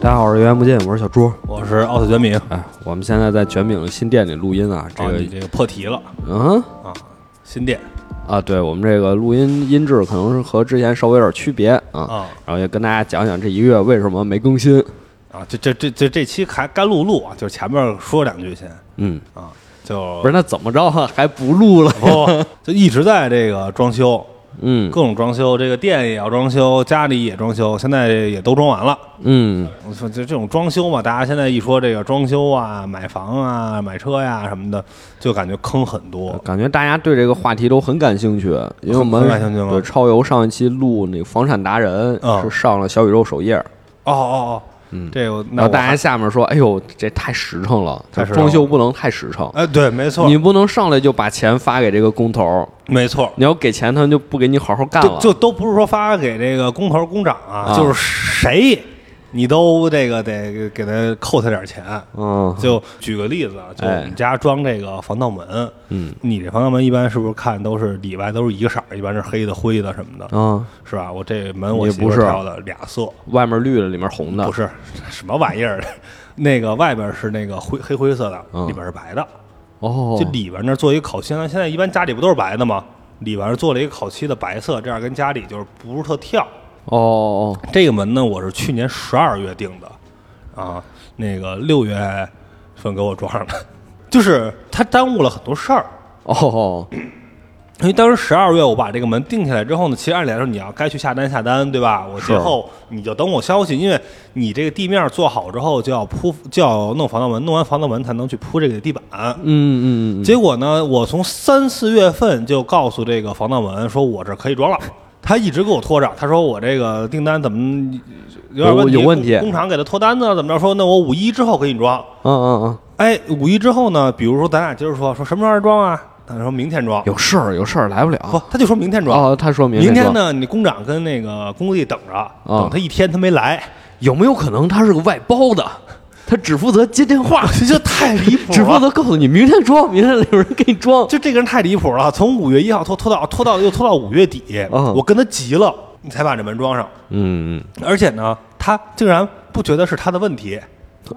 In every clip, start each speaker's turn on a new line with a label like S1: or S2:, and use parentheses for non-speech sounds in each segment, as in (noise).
S1: 大家好，我是源源不尽，我是小朱。
S2: 我是奥特卷饼。
S1: 哎，我们现在在卷饼新店里录音啊，这
S2: 啊，
S1: 个
S2: 你，这个破题了
S1: 嗯
S2: 啊，新店
S1: 啊，对我们这个录音音质可能是和之前稍微有点区别啊，
S2: 啊
S1: 然后也跟大家讲讲这一个月为什么没更新。
S2: 啊，这这这这这期还干录录啊，就是前面说两句先
S1: 嗯，
S2: 啊，就 (laughs)
S1: 不是，那怎么着啊还不录了？
S2: 不就一直在这个装修，
S1: (laughs) 嗯
S2: 各种装修，这个店也要装修，家里也装修，现在也都装完了。
S1: 嗯，
S2: 我说就这种装修嘛，大家现在一说这个装修啊、买房啊、买车呀、什么的，就感觉坑很多。
S1: 感觉大家对这个话题都很感兴趣，因为我们
S2: 很感兴趣吗
S1: 对超游上一期录那个房产达人
S2: 嗯
S1: 是上了小宇宙首页，
S2: 哦哦哦，嗯，这个
S1: 然
S2: 那
S1: 后
S2: 我
S1: 大家
S2: 还
S1: 下面说，哎呦，这太实诚了，
S2: 太实诚
S1: 装
S2: 了
S1: 修不能太实诚。
S2: 哎，对，没错，
S1: 你不能上来就把钱发给这个工头，
S2: 没错，
S1: 你要给钱，他们就不给你好好干
S2: 就
S1: 了。
S2: 就都不是说发给这个工头工长啊，
S1: 啊
S2: 就是谁你都这个得给他扣他点钱。
S1: 嗯，
S2: 就举个例子啊，就我
S1: 哎
S2: 们家装这个防盗门，嗯，你这防盗门一般是不是看都是里外都是一个色儿，一般是黑的、灰的什么的，
S1: 啊，
S2: 是吧？我这门我
S1: 也
S2: 媳妇
S1: 不是
S2: 挑的俩色，
S1: 外面绿的，里面红的
S2: 不，是什么玩意儿， (laughs) 那个外边是那个灰黑灰色的，里边是白的，
S1: 嗯哦
S2: 就，里边那儿做一个烤漆，那现在一般家里不都是白的吗？里边儿做了一个烤漆的白色，这样跟家里就是不是特跳。
S1: 哦哦，
S2: 这个门呢，我是去年十二月定的，啊，那个六月份给我装上的， (laughs) 就是他耽误了很多事儿。
S1: 哦哦，
S2: 因为当时十二月我把这个门定下来之后呢，其实按理来说你要该去下单下单，对吧？我节后你就等我消息，因为你这个地面做好之后就要铺，就要弄防盗门，弄完防盗门才能去铺这个地板。
S1: 嗯嗯嗯，
S2: 结果呢，我从三四月份就告诉这个防盗门说我这可以装
S1: (laughs)
S2: 了，他一直给我拖着，他说我这个订单怎么有点问题，
S1: 有有问题
S2: 工厂给他拖单子了，怎么着？说那我五一之后给你装。
S1: 嗯嗯嗯，
S2: 哎，五一之后呢？比如说咱俩今儿说说什么时候装啊？他说明天装，
S1: 有事儿有事儿来不了。
S2: 不，他就说明天装。
S1: 哦，他说明哦
S2: 明天
S1: 说？
S2: 呢，你工长跟那个工地等着，等他一天他没来，
S1: 有没有可能他是个外包的？他只负责接电话，
S2: (laughs) 这就太离谱了。
S1: 只负责告诉你明天装，明天有人给你装。
S2: 就这个人太离谱了，从五月一号拖拖到拖到又拖到五月底，
S1: 嗯
S2: 我跟他急了，你才把这门装上。
S1: 嗯
S2: 而且呢，他竟然不觉得是他的问题，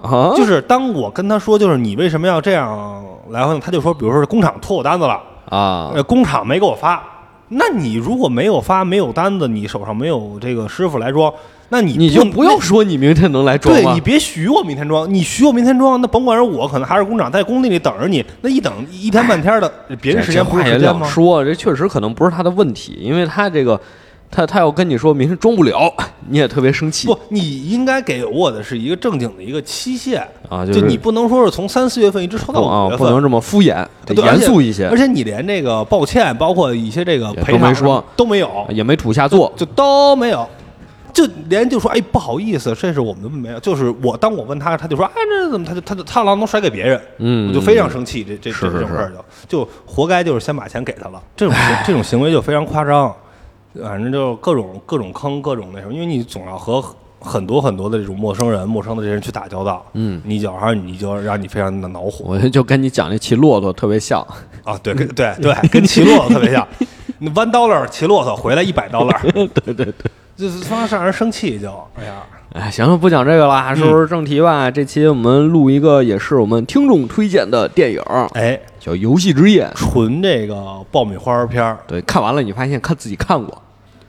S1: 嗯啊，
S2: 就是当我跟他说，就是你为什么要这样来回呢，他就说，比如说是工厂拖我单子了，
S1: 啊，
S2: 呃，工厂没给我发，那你如果没有发，没有单子，你手上没有这个师傅来装，那你
S1: 你就不
S2: 用
S1: 用说你明天能来装啊
S2: 对
S1: 吗
S2: 你？别许我明天装，你许我明天装，那甭管是我，可能还是工厂在工地里等着你，那一等一天半天的，别人时间
S1: 哎这
S2: 不
S1: 话
S2: 是
S1: 也
S2: 时间
S1: 两
S2: 吗？
S1: 说，这确实可能不是他的问题，因为他这个，他他要跟你说明天装不了，你也特别生气。
S2: 不，你应该给我的是一个正经的一个期限
S1: 啊就
S2: 就是你不能说是从三四月份一直拖到
S1: 啊
S2: 五，月
S1: 不
S2: 份，
S1: 能这么敷衍，得
S2: 对
S1: 严肃一些
S2: 而，且。而且你连这个抱歉，包括一些这个
S1: 也
S2: 赔
S1: 都
S2: 偿
S1: 没
S2: 什么
S1: 说哎
S2: 都没有，
S1: 也没土下做。
S2: 就都没有。就连就说哎不好意思，这是我们的没有，就是我当我问他，他就说哎这怎么他就他就他老能甩给别人，
S1: 嗯
S2: 我就非常生气，这这
S1: 是
S2: 这
S1: 是哎
S2: 这种事儿就就活该就是先把钱给他了，这种行这种行为就非常夸张，反正就各种各种坑各种那什么，因为你总要和很多很多的这种陌生人、陌生的这些人去打交道，嗯，你就让你就让你非常的恼火，
S1: 我就跟你讲那骑骆驼特别像，
S2: 啊，对，跟对对，跟骑骆驼特别像。那 one dollar 骑骆驼回来一百 dollar，对 (laughs) 对对，就是方让人生气就，哎呀，
S1: 哎，行了，不讲这个了，说
S2: 嗯
S1: 说正题吧。这期我们录一个也是我们听众推荐的电影，
S2: 哎，
S1: 叫《游戏之夜》。
S2: 纯这个爆米花片儿，
S1: 对，看完了你发现看自己看过，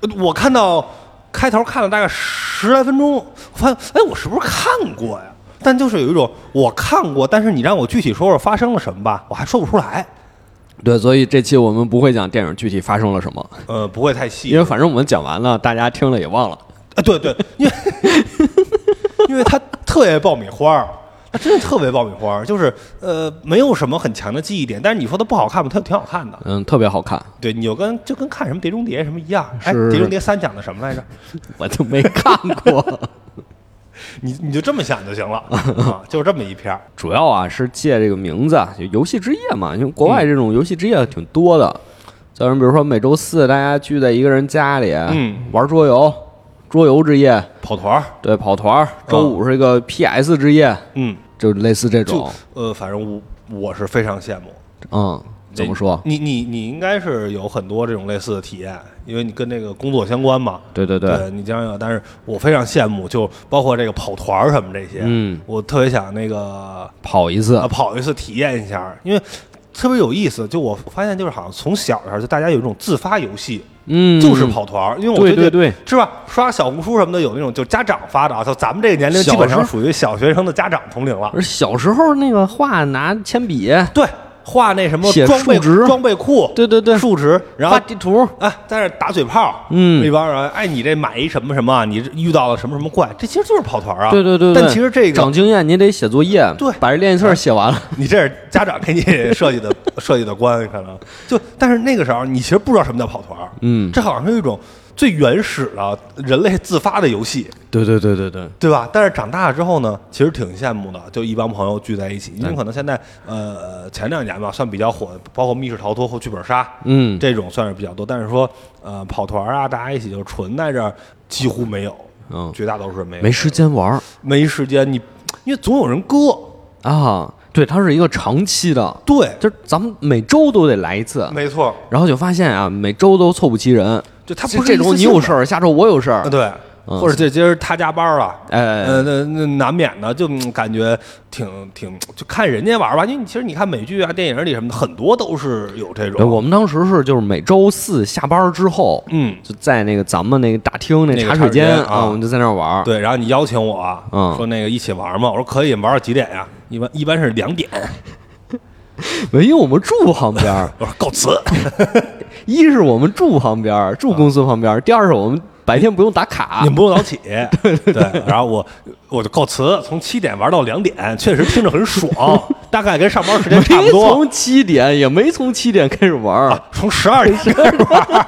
S2: 呃我看到开头看了大概十来分钟，我发现哎，我是不是看过呀？但就是有一种我看过，但是你让我具体说说发生了什么吧，我还说不出来。
S1: 对，所以这期我们不会讲电影具体发生了什么，
S2: 呃，不会太细
S1: 因为反正我们讲完了，大家听了也忘了。
S2: 啊，对对，因为因为他特别爆米花儿，他真的特别爆米花儿，就是呃没有什么很强的记忆点，但是你说它不好看吧，它挺好看的。
S1: 嗯，特别好看，
S2: 对，你就跟就跟看什么《碟中谍》什么一样。哎，
S1: 是
S2: 《碟中谍三》讲的什么来着？
S1: 我就没看过。
S2: 你你就这么想就行了
S1: (laughs)
S2: 啊，就这么一片儿。
S1: 主要啊是借这个名字，就游戏之夜嘛，因为国外这种游戏之夜挺多的。咱们比如说每周四大家聚在一个人家里，
S2: 嗯，
S1: 玩桌游，桌游之夜，
S2: 跑团儿，
S1: 对，跑团儿。周五是一个 PS 之夜，
S2: 嗯，
S1: 就类似这
S2: 就
S1: 种，
S2: 呃，反正我我是非常羡慕。
S1: 嗯。怎么说？
S2: 你你你应该是有很多这种类似的体验，因为你跟这个工作相关嘛。
S1: 对对
S2: 对，你将要，但是我非常羡慕，就包括这个跑团儿什么这些，
S1: 嗯，
S2: 我特别想那个
S1: 跑一次
S2: 啊，跑一次体验一下，因为特别有意思。就我发现，就是好像从小的时候就大家有一种自发游戏，
S1: 嗯，
S2: 就是跑团儿，因为我
S1: 对
S2: 觉得
S1: 对对，
S2: 是吧？刷小红书什么的有那种，就家长发的啊，就咱们这个年龄
S1: 小
S2: 基本上
S1: 时候
S2: 属于小学生的家长同龄了。
S1: 而小时候那个画拿铅笔，
S2: 对，画那什么
S1: 写
S2: 装备
S1: 数值
S2: 装备库，
S1: 对对对，
S2: 数值，然后
S1: 画地图，
S2: 啊，在那儿打嘴炮，
S1: 嗯
S2: 一帮人，哎，你这买一什么什么啊，你这遇到了什么什么怪，这其实就是跑团啊。
S1: 对对对对。
S2: 但其实这个
S1: 长经验，你得写作业，
S2: 对
S1: 把这练习册写完了，
S2: 你这是家长
S1: (laughs)
S2: 给你设计的设计的关，可能就但是那个时候你其实不知道什么叫跑团，
S1: 嗯，
S2: 这好像是一种最原始的人类自发的游戏，
S1: 对对对对对，
S2: 对吧？但是长大了之后呢，其实挺羡慕的，就一帮朋友聚在一起，因为可能现在呃前两年吧算比较火的，包括密室逃脱或剧本杀，
S1: 嗯，
S2: 这种算是比较多，但是说呃跑团啊，大家一起就纯在这儿几乎没有，
S1: 嗯
S2: 绝大多数人没有，
S1: 没时间玩儿
S2: 没时间，你因为总有人割，
S1: 啊，对，它是一个长期的，
S2: 对，
S1: 就是咱们每周都得来一次，
S2: 没错，
S1: 然后就发现啊，每周都凑不齐人，
S2: 就他
S1: 这
S2: 不是
S1: 这
S2: 一
S1: 周
S2: 次
S1: 你
S2: 性
S1: 有
S2: 的
S1: 事儿，下周我有事儿
S2: 啊，，对，
S1: 嗯
S2: 或者这今儿他加班了。
S1: 哎，
S2: 呃，那那难免的，就嗯感觉挺挺，就看人家玩吧。因为你其实你看美剧啊、电影里什么的，很多都是有这
S1: 对，
S2: 种。
S1: 我们当时是就是每周四下班之后，
S2: 嗯，
S1: 就在那个咱们那个大厅那
S2: 那个
S1: 茶
S2: 茶
S1: 水
S2: 水间
S1: 间
S2: 啊
S1: 我们就在那儿玩儿。
S2: 对，然后你邀请我啊，
S1: 嗯
S2: 说那个一起玩嘛，我说可以，玩到几点呀、一般一般是两点。，
S1: 没，因为我们住旁边儿
S2: 我说告
S1: (laughs)
S2: 辞。
S1: 一是我们住旁边
S2: 嗯
S1: 儿，住公司旁边儿；第二是我们白天不用打卡
S2: 你。们不用
S1: (laughs)
S2: 早起，对然后我我就告辞，从七点玩到两点，确实听着很爽，大概跟上班时间差不
S1: 没
S2: 多。啊
S1: 从七点，也没从七点开始玩儿，
S2: 从十二点开始玩，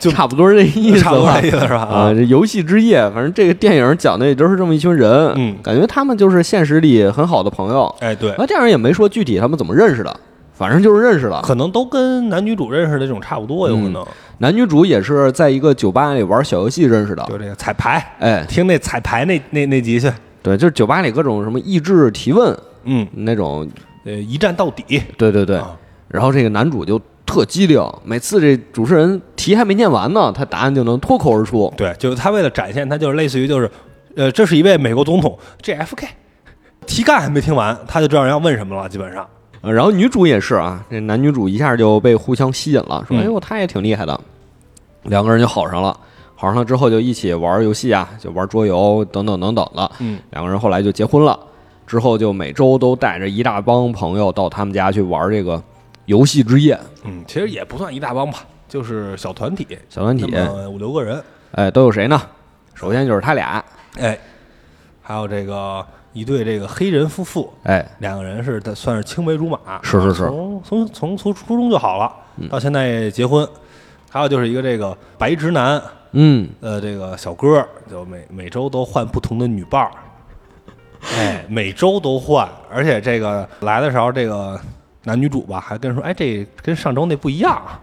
S2: 就
S1: 差不多是这意思
S2: 差不多
S1: 吧
S2: 这意？思是吧？
S1: 啊，，这游戏之夜，反正这个电影讲的也就是这么一群人，
S2: 嗯
S1: 感觉他们就是现实里很好的朋友。
S2: 哎，对，
S1: 那电影也没说具体他们怎么认识的，反正就是认识了。
S2: 可能都跟男女主认识的这种差不多，有可
S1: 嗯
S2: 能
S1: 男女主也是在一个酒吧里玩小游戏认识的。
S2: 就这个彩排，
S1: 哎，
S2: 听那彩排那那那集去，
S1: 对，就是酒吧里各种什么益智提问
S2: 嗯，
S1: 那种，
S2: 呃，一站到底，
S1: 对对对
S2: 啊。
S1: 然后这个男主就特机灵，每次这主持人题还没念完呢，他答案就能脱口而出。
S2: 对，就是他为了展现，他就是类似于就是，呃，这是一位美国总统 JFK，题干还没听完，他就知道人要问什么了，基本上，
S1: 呃然后女主也是啊，这男女主一下就被互相吸引了，说：“
S2: 嗯
S1: 哎呦，他也挺厉害的。”两个人就好上了，好上了之后就一起玩游戏啊，就玩桌游等等等等的。
S2: 嗯，
S1: 两个人后来就结婚了，之后就每周都带着一大帮朋友到他们家去玩这个游戏之夜
S2: 嗯，其实也不算一大帮吧，就是小团体，
S1: 小团体
S2: 那。么五六个人，
S1: 哎，都有谁呢？首先就是他俩，
S2: 哎，还有这个一对这个黑人夫妇，
S1: 哎，
S2: 两个人是算是青梅竹马，啊
S1: 是是嗯是
S2: 从从从从初中就好了，到现在结婚，还有就是一个这个白直男，
S1: 嗯，
S2: 呃，这个小哥儿就每每周都换不同的女
S1: (laughs)
S2: 伴儿，哎，每周都换，而且这个来的时候，这个男女主吧还跟说，哎，这跟上周那不一样啊，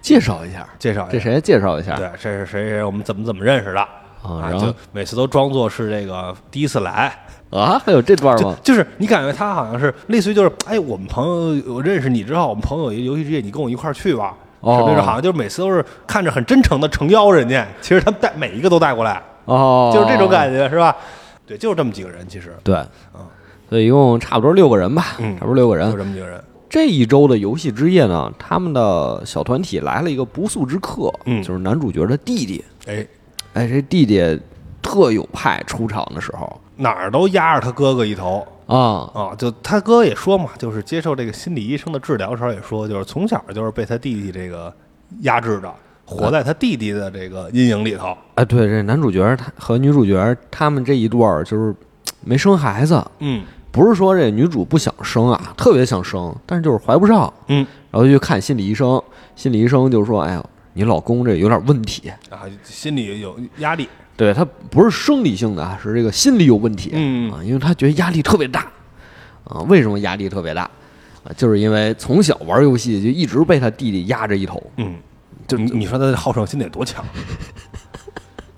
S1: 介绍一下，
S2: 介绍一下
S1: 这谁介绍一下？
S2: 对，这是谁谁谁，我们怎么怎么认识的。
S1: 啊
S2: 啊，
S1: 然后
S2: 就每次都装作是这个第一次来，
S1: 啊，还有这段
S2: 就
S1: 吗？
S2: 就是你感觉他好像是类似于就是，哎，我们朋友我认识你之后，我们朋友有一个游戏之夜，你跟我一块儿去吧。
S1: 哦
S2: 什么就是好像就是每次都是看着很真诚的诚邀人家，其实他们带每一个都带过来，
S1: 哦，
S2: 就是这种感觉是吧？对，就是这么几个人，其实
S1: 对，所以一共差不多六个人吧，
S2: 嗯
S1: 差不多六个
S2: 就
S1: 人。
S2: 这么几个人。
S1: 这一周的游戏之夜呢，他们的小团体来了一个不速之客，
S2: 嗯
S1: 就是男主角的弟弟。
S2: 哎，
S1: 哎，这弟弟特有派，出场的时候
S2: 哪儿都压着他哥哥一头
S1: 啊，
S2: 啊！就他哥也说嘛，就是接受这个心理医生的治疗的时候也说，就是从小就是被他弟弟这个压制的，活在他弟弟的这个阴影里头。
S1: 哎，对，这男主角他和女主角他们这一对儿就是嘖没生孩子，
S2: 嗯
S1: 不是说这女主不想生啊，特别想生，但是就是怀不上，
S2: 嗯
S1: 然后就去看心理医生，心理医生就说：“哎呦，你老公这有点问题，
S2: 啊，心里有压力。
S1: 对他不是生理性的啊，是这个心理有问题、
S2: 嗯
S1: 啊，因为他觉得压力特别大啊。为什么压力特别大？啊，就是因为从小玩游戏就一直被他弟弟压着一头，
S2: 嗯，
S1: 就
S2: 你你说他的好胜心得多强，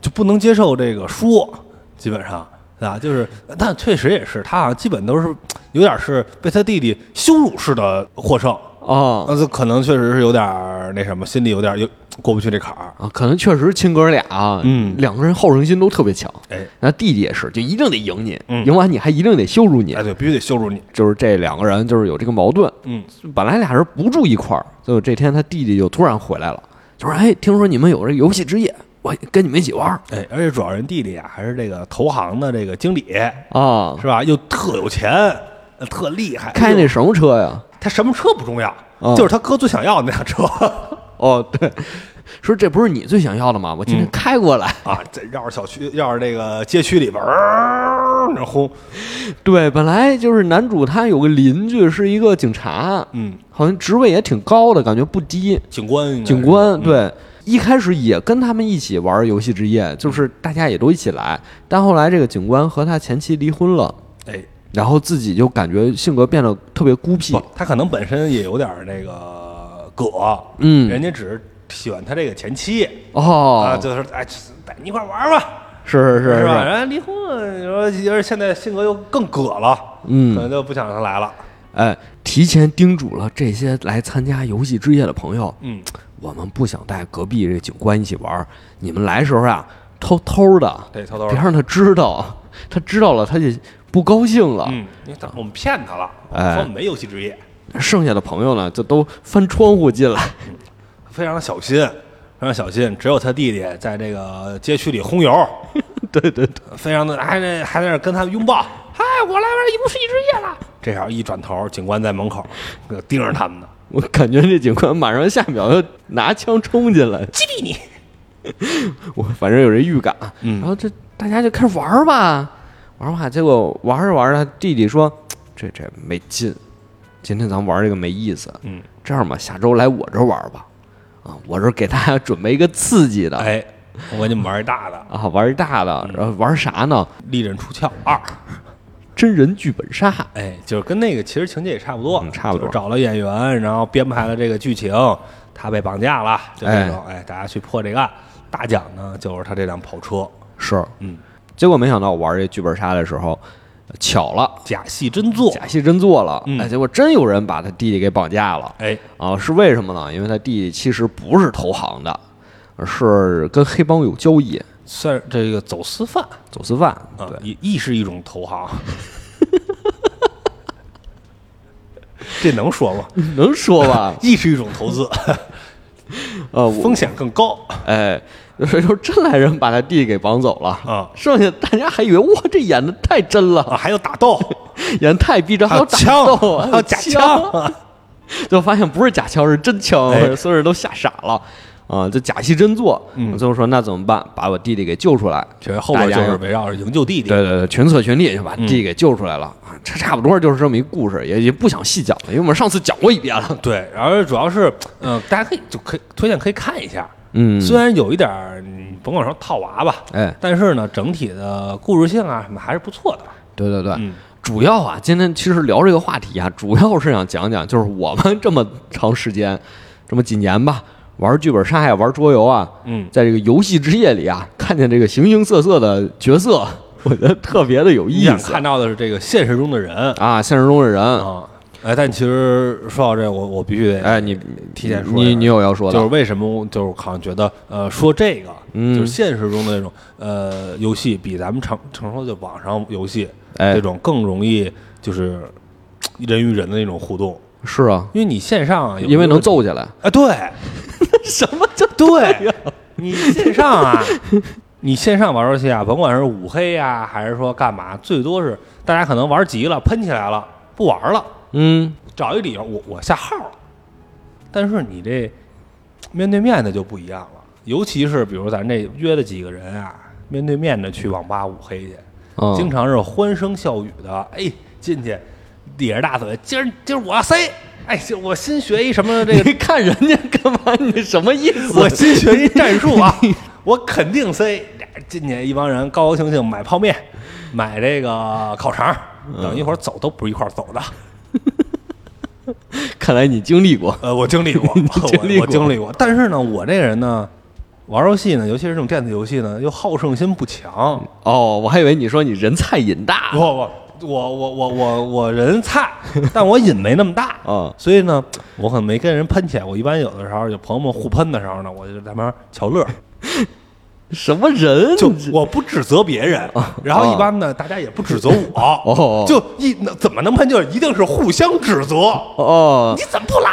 S2: 就不能接受这个输，基本上啊，就是，但确实也是，他好像基本都是有点是被他弟弟羞辱式的获胜，
S1: 哦
S2: 那这可能确实是有点儿那什么，心里有点儿有过不去这坎儿。
S1: 啊，可能确实亲哥俩，啊
S2: 嗯
S1: 两个人好胜心都特别强。
S2: 哎，
S1: 那弟弟也是，就一定得赢你，
S2: 嗯
S1: 赢完你还一定得羞辱你
S2: 哎，，对，必须得羞辱你。
S1: (laughs) 就是这两个人就是有这个矛盾。
S2: 嗯，
S1: 本来俩人不住一块儿，结果这天他弟弟就突然回来了，就说：“哎，听说你们有这游戏之夜，我跟你们一起玩儿
S2: 哎，而且主要人弟弟啊，还是这个投行的这个经理，
S1: 啊，
S2: 是吧？又特有钱，呃特厉害，
S1: 开
S2: 哎
S1: 那
S2: 呦
S1: 什么车呀
S2: 他什么车不重要，
S1: 啊
S2: 就是他哥最想要的那辆车？”
S1: 哦，对，嗯说这不是你最想要的吗？我今天开过来，
S2: 啊，在绕着小区，绕着这个街区里边儿，那轰，
S1: (laughs) 对，本来就是男主他有个邻居是一个警察，
S2: 嗯，
S1: 好像职位也挺高的，感觉不低，
S2: 警官应该是，
S1: 警官对。一开始也跟他们一起玩游戏之夜，就是大家也都一起来，但后来这个警官和他前妻离婚了，
S2: 哎，
S1: 然后自己就感觉性格变得特别孤僻
S2: 不，，他可能本身也有点儿那个葛，
S1: 嗯
S2: 人家只是喜欢他这个前妻啊，
S1: 哦，
S2: 就是哎，带你一块儿玩儿吧，
S1: 是是
S2: 是吧？
S1: 是，
S2: 人家离婚了，你说而且现在性格又更葛了，
S1: 嗯
S2: 可能就不想让他来了，
S1: 哎，提前叮嘱了这些来参加游戏之夜的朋友，
S2: 嗯，
S1: 我们不想带隔壁这警官一起玩儿，你们来时候啊，偷偷的，
S2: 对，偷偷
S1: 别
S2: 的，
S1: 让他知道，他知道了他就不高兴了。
S2: 嗯，因为他我们骗他了，我
S1: 啊哎
S2: 们说我们没游戏职业，
S1: 剩下的朋友呢，就都翻窗户进来，
S2: 非常的小心，非常小心，只有他弟弟在这个街区里轰油，
S1: 对对对，
S2: 非常的还在还在那儿跟他们拥抱，嗨，我来玩游戏职业了。这样一转头，警官在门口那个盯着他们呢，
S1: 我感觉这警官马上下一秒就拿枪冲进来，
S2: 击毙你！
S1: (laughs) 我反正有这预感。
S2: 嗯
S1: 然后这大家就开始玩儿吧，玩儿吧，结果玩着玩着，弟弟说：“这这没劲，今天咱们玩这个没意思。
S2: 嗯，
S1: 这样吧，下周来我这儿玩儿吧。”啊，我这儿给大家准备一个刺激的。
S2: 哎，嗯我给你们玩一大的
S1: 啊，玩儿大的，然后玩儿啥呢？
S2: 《利刃出鞘二》，
S1: 真人剧本杀，
S2: 哎，就是跟那个其实情节也差不多，
S1: 嗯差不多
S2: 就是找了演员，然后编排了这个剧情，他被绑架了，就这种，哎，大家去破这个案。大奖呢，就是他这辆跑车，
S1: 是，
S2: 嗯，
S1: 结果没想到我玩这剧本杀的时候，巧了，
S2: 假戏真做，
S1: 假戏真做了，
S2: 嗯
S1: 哎，结果真有人把他弟弟给绑架了
S2: 哎，
S1: 啊！是为什么呢？因为他弟弟其实不是投行的，而是跟黑帮有交易，
S2: 算是这个走私犯，
S1: 走私犯。
S2: 啊
S1: 对，，
S2: 也亦是一种投行。 (laughs) 这能说吗？？
S1: 能说吧
S2: (laughs) 亦是一种投资，
S1: 呃， (laughs) 我
S2: 风险更高。
S1: 哎，所以说真来人把他弟弟给绑走了
S2: 啊
S1: 剩下大家还以为哇，这演的太真了，
S2: 啊，还有打
S1: (laughs)
S2: 斗，
S1: 演得太逼真，
S2: 还
S1: 有
S2: 有
S1: 打
S2: 枪
S1: 斗，，
S2: 还有假枪。啊
S1: (laughs) 就发现不是假枪，是真枪，
S2: 哎
S1: 所有人都吓傻了。啊、就假戏真做。
S2: 嗯
S1: 最后说那怎么办？把我弟弟给救出来。
S2: 其实后边就
S1: 大家
S2: 是围绕着营救弟弟。
S1: 对对对，群策群力就把弟弟给救出来了。啊，这差不多就是这么一故事，也也不想细讲了，因为我们上次讲过一遍了。
S2: 对，然后主要是，嗯，大家可以就可以推荐可以看一下。
S1: 嗯，
S2: 虽然有一点儿，嗯甭管说套娃吧，
S1: 哎，
S2: 但是呢，整体的故事性啊什么还是不错的。
S1: 对对对，
S2: 嗯
S1: 主要啊，今天其实聊这个话题啊，主要是想讲讲，就是我们这么长时间，这么几年吧，玩剧本杀呀，玩桌游啊，
S2: 嗯，
S1: 在这个游戏之夜里啊，看见这个形形色色的角色，我觉得特别的有
S2: 你
S1: 意
S2: 想
S1: 思
S2: 看到的是这个现实中的人
S1: 啊，现实中的人，
S2: 啊，哎，但其实说到这，我我必须得
S1: 哎，你
S2: 提前说一下
S1: 你你有要说
S2: 就是
S1: 的，
S2: 为什么我就是好像觉得呃说这个，
S1: 嗯
S2: 就是现实中的那种呃游戏比咱们常常说的网上游戏、
S1: 哎
S2: 这种更容易就是嘖人与人的那种互动，
S1: 是啊，
S2: 因为你线上啊有
S1: 因为能
S2: 揍
S1: 揍起来，
S2: 啊，对
S1: (laughs) 什么叫啊
S2: 对，你线上啊， (laughs) 你线上玩游戏啊，甭管是五黑呀、还是说干嘛，最多是大家可能玩急了，喷起来了，不玩了，
S1: 嗯，
S2: 找一理由，我我下号了。但是你这面对面的就不一样了，尤其是比如咱这约了几个人啊，面对面的去网吧五黑去，
S1: 啊
S2: 经常是欢声笑语的，哎，进去咧着大嘴，今儿今儿我要塞，哎，今儿我新学一什么这个，
S1: (laughs) 你看人家干嘛？你什么意思？
S2: (laughs) 我新学一战术啊，我肯定塞。俩人进去一帮人高高兴兴买泡面，买这个烤肠，
S1: 嗯
S2: 等一会儿走都不是一块儿走的。
S1: 看来你经历过，
S2: 呃，我经历过，
S1: 经历
S2: 我
S1: (laughs) 过
S2: 我经历过。但是呢，我这个人呢，玩游戏呢，尤其是这种电子游戏呢，又好胜心不强。
S1: 哦，我还以为你说你人菜瘾大
S2: 不不，我我我我我人菜，但我瘾没那么大。
S1: (laughs) 啊，
S2: 所以呢，我可能没跟人喷起来。我一般有的时候，有朋友们互喷的时候呢，我就在旁边瞧乐儿，
S1: 什么人？
S2: 就我不指责别人，然后一般呢，大家也不指责我
S1: 啊哦，
S2: 就一那怎么能喷？就是一定是互相指责。
S1: 哦
S2: 你怎么不来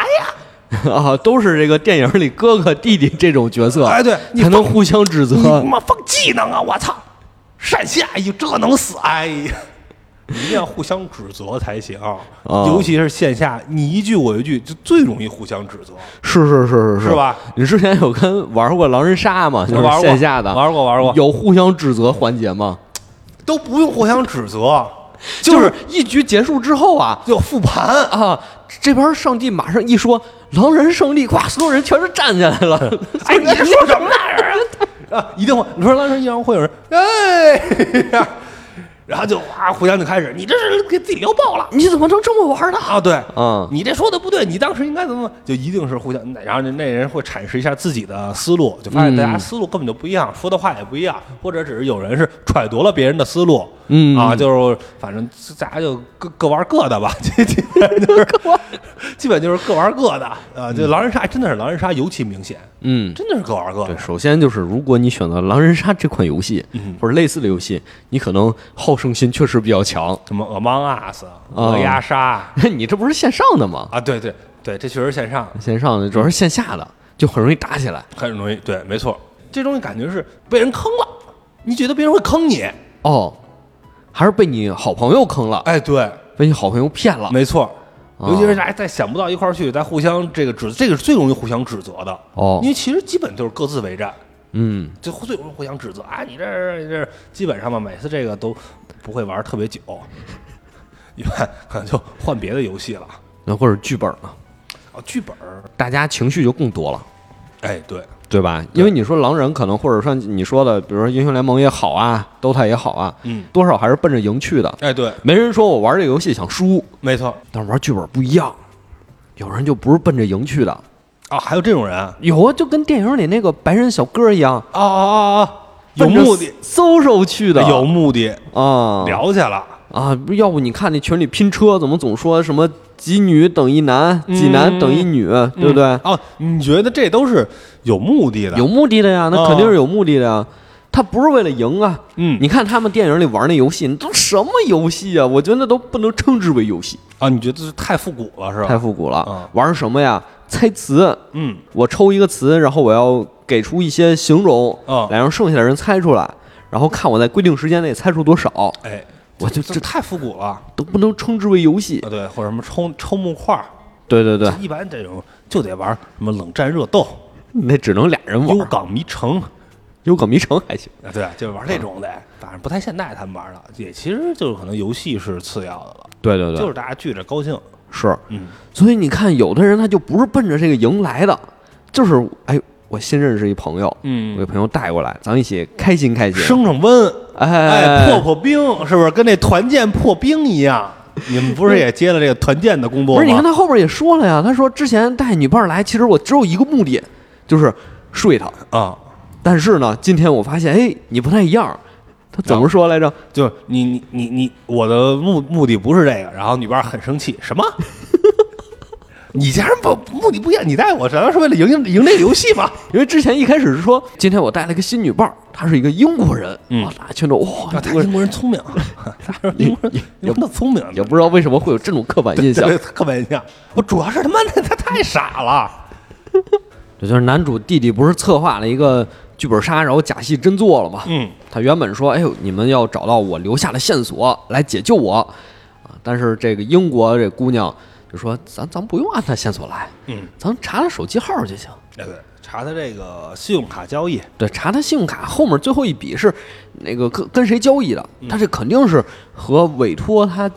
S2: 呀？
S1: 啊，都是这个电影里哥哥弟弟这种角色，
S2: 哎对你
S1: 才能互相指责
S2: 你他妈放技能啊！我操，闪现，哎呦，这能死？哎呀，啊一定要互相指责才行，
S1: 哦
S2: 尤其是线下，你一句我一句，就最容易互相指责。
S1: 是是是是
S2: 是吧？
S1: 你之前有跟玩过狼人杀吗？就是
S2: 玩过
S1: 线下的，
S2: 玩过玩过
S1: 有互相指责环节吗？
S2: 都不用互相指责，
S1: 就
S2: 就是
S1: 一局结束之后啊
S2: 就复盘。
S1: 啊，这边上帝马上一说狼人胜利，咵，所有人全都站起来了。 (laughs)
S2: 哎，你这说什么玩意儿啊？啊，一定会，你说当时一样会有人哎，然后就哇，互相就开始，你这是给自己聊爆了。
S1: 你怎么能这么玩呢？
S2: 啊，对，
S1: 嗯
S2: 你这说的不对，你当时应该怎么怎么，就一定是互相，然后那人会阐释一下自己的思路，就发现大
S1: 嗯
S2: 家思路根本就不一样，说的话也不一样，或者只是有人是揣度了别人的思路，
S1: 嗯
S2: 啊，就是反正大家就各各玩各的吧， (laughs) 基基本上就是基本就是各玩各的啊，就狼人杀真的是狼人杀尤其明显，
S1: 嗯，
S2: 真的是各玩各的
S1: 对，，首先就是如果你选择狼人杀这款游戏、
S2: 嗯
S1: 或者类似的游戏，你可能好胜心确实比较强。 (laughs)
S2: 什么 Among Us、鹅
S1: 嗯
S2: 鸭杀
S1: 你这不是线上的吗？
S2: 啊，对对对，这确实线上
S1: 线上的主要是线下的，就很容易打起来。
S2: 很容易，对，没错，这东西感觉是被人坑了，你觉得别人会坑你。
S1: 哦，还是被你好朋友坑了，
S2: 哎，对，
S1: 被你好朋友骗了。
S2: 没错。
S1: 啊
S2: 尤其是大家再想不到一块儿去，再互相这个指，这个是最容易互相指责的。
S1: 哦
S2: 因为其实基本就是各自为战，
S1: 嗯，
S2: 就最容易互相指责啊！你这儿这儿基本上吧，每次这个都不会玩儿特别久， (laughs) 一般可能就换别的游戏了。
S1: 那或者剧本呢？
S2: 啊，剧本儿，
S1: 大家情绪就更多了。
S2: 哎，对，
S1: 对吧？因为你说狼人可能，或者说你说的，比如说英雄联盟也好啊，DOTA 也好啊，
S2: 嗯，
S1: 多少还是奔着赢去的。
S2: 哎，对，
S1: 没人说我玩这个游戏想输，
S2: 没错。
S1: 但是玩剧本不一样，有人就不是奔着赢去的，
S2: 啊，还有这种人啊
S1: 有啊，就跟电影里那个白人小哥一样，
S2: 啊啊啊！有目的，
S1: ，social 去的，
S2: 有目的，
S1: 啊
S2: 聊去了。
S1: 啊，要不你看那群里拼车，怎么总说什么几女等一男，几男等一
S2: 嗯
S1: 女，对不对？
S2: 哦，你觉得这都是有目的的？
S1: 有目的的呀，那
S2: 哦
S1: 肯定是有目的的呀。他不是为了赢啊，
S2: 嗯
S1: 你看他们电影里玩那游戏，那都什么游戏啊？我觉得那都不能称之为游戏，
S2: 啊？你觉得这太复古了是吧？
S1: 太复古了
S2: 嗯。
S1: 玩什么呀？猜词，
S2: 嗯，
S1: 我抽一个词，然后我要给出一些形容
S2: 哦，
S1: 来让剩下的人猜出来，然后看我在规定时间内猜出多少，
S2: 哎，
S1: 我就
S2: 这
S1: 这
S2: 太复古了啊！
S1: 都不能称之为游戏。
S2: 对，或者什么抽抽木块儿，
S1: 对对对，
S2: 一般这种就得玩什么冷战热斗、
S1: 那只能俩人
S2: 幽
S1: 玩，
S2: 港迷城
S1: 幽港迷城还行。
S2: 啊，对，就是玩这种的，反正不太现代。他们玩的也其实就是可能游戏是次要的了，
S1: 对对对，
S2: 就是大家聚着高兴。
S1: 是，
S2: 嗯，
S1: 所以你看，有的人他就不是奔着这个赢来的，就是哎，我新认识一朋友，
S2: 嗯
S1: 我给朋友带过来，咱们一起开心开心，
S2: 升升温，
S1: 哎
S2: 哎，破破冰是不是跟那团建破冰一样？你们不是也接了这个团建的工作
S1: 不
S2: 吗？
S1: 是，你看他后边也说了呀，他说之前带女伴来，其实我只有一个目的，就是睡她，
S2: 啊，
S1: 但是呢，今天我发现，哎，你不太一样，他怎么说来着？
S2: 就是你你你你，我的目目的不是这个，然后女伴很生气，什么？ (laughs) 你竟然不目的不一样，你带我难道是为了赢赢这个游戏吗？
S1: 因为之前一开始是说，今天我带了一个新女伴，她是一个英国人，
S2: 嗯
S1: 哇，大家全都哇，
S2: 啊，他英国人聪明， (laughs) 他说英国人英国人聪明，
S1: 也不知道为什么会有这种刻板印象
S2: 对，刻板印象。我主要是他妈的他太傻了，
S1: 这就是男主弟弟不是策划了一个剧本杀，然后假戏真做了嘛？
S2: 嗯，
S1: 他原本说，哎呦，你们要找到我留下的线索来解救我，啊，但是这个英国这姑娘就说，咱咱不用按他线索来，
S2: 嗯，
S1: 咱查他手机号就行。
S2: 对对，查他这个信用卡交易，
S1: 对，查他信用卡后面最后一笔是那个跟跟谁交易的，
S2: 嗯
S1: 他这肯定是和委托他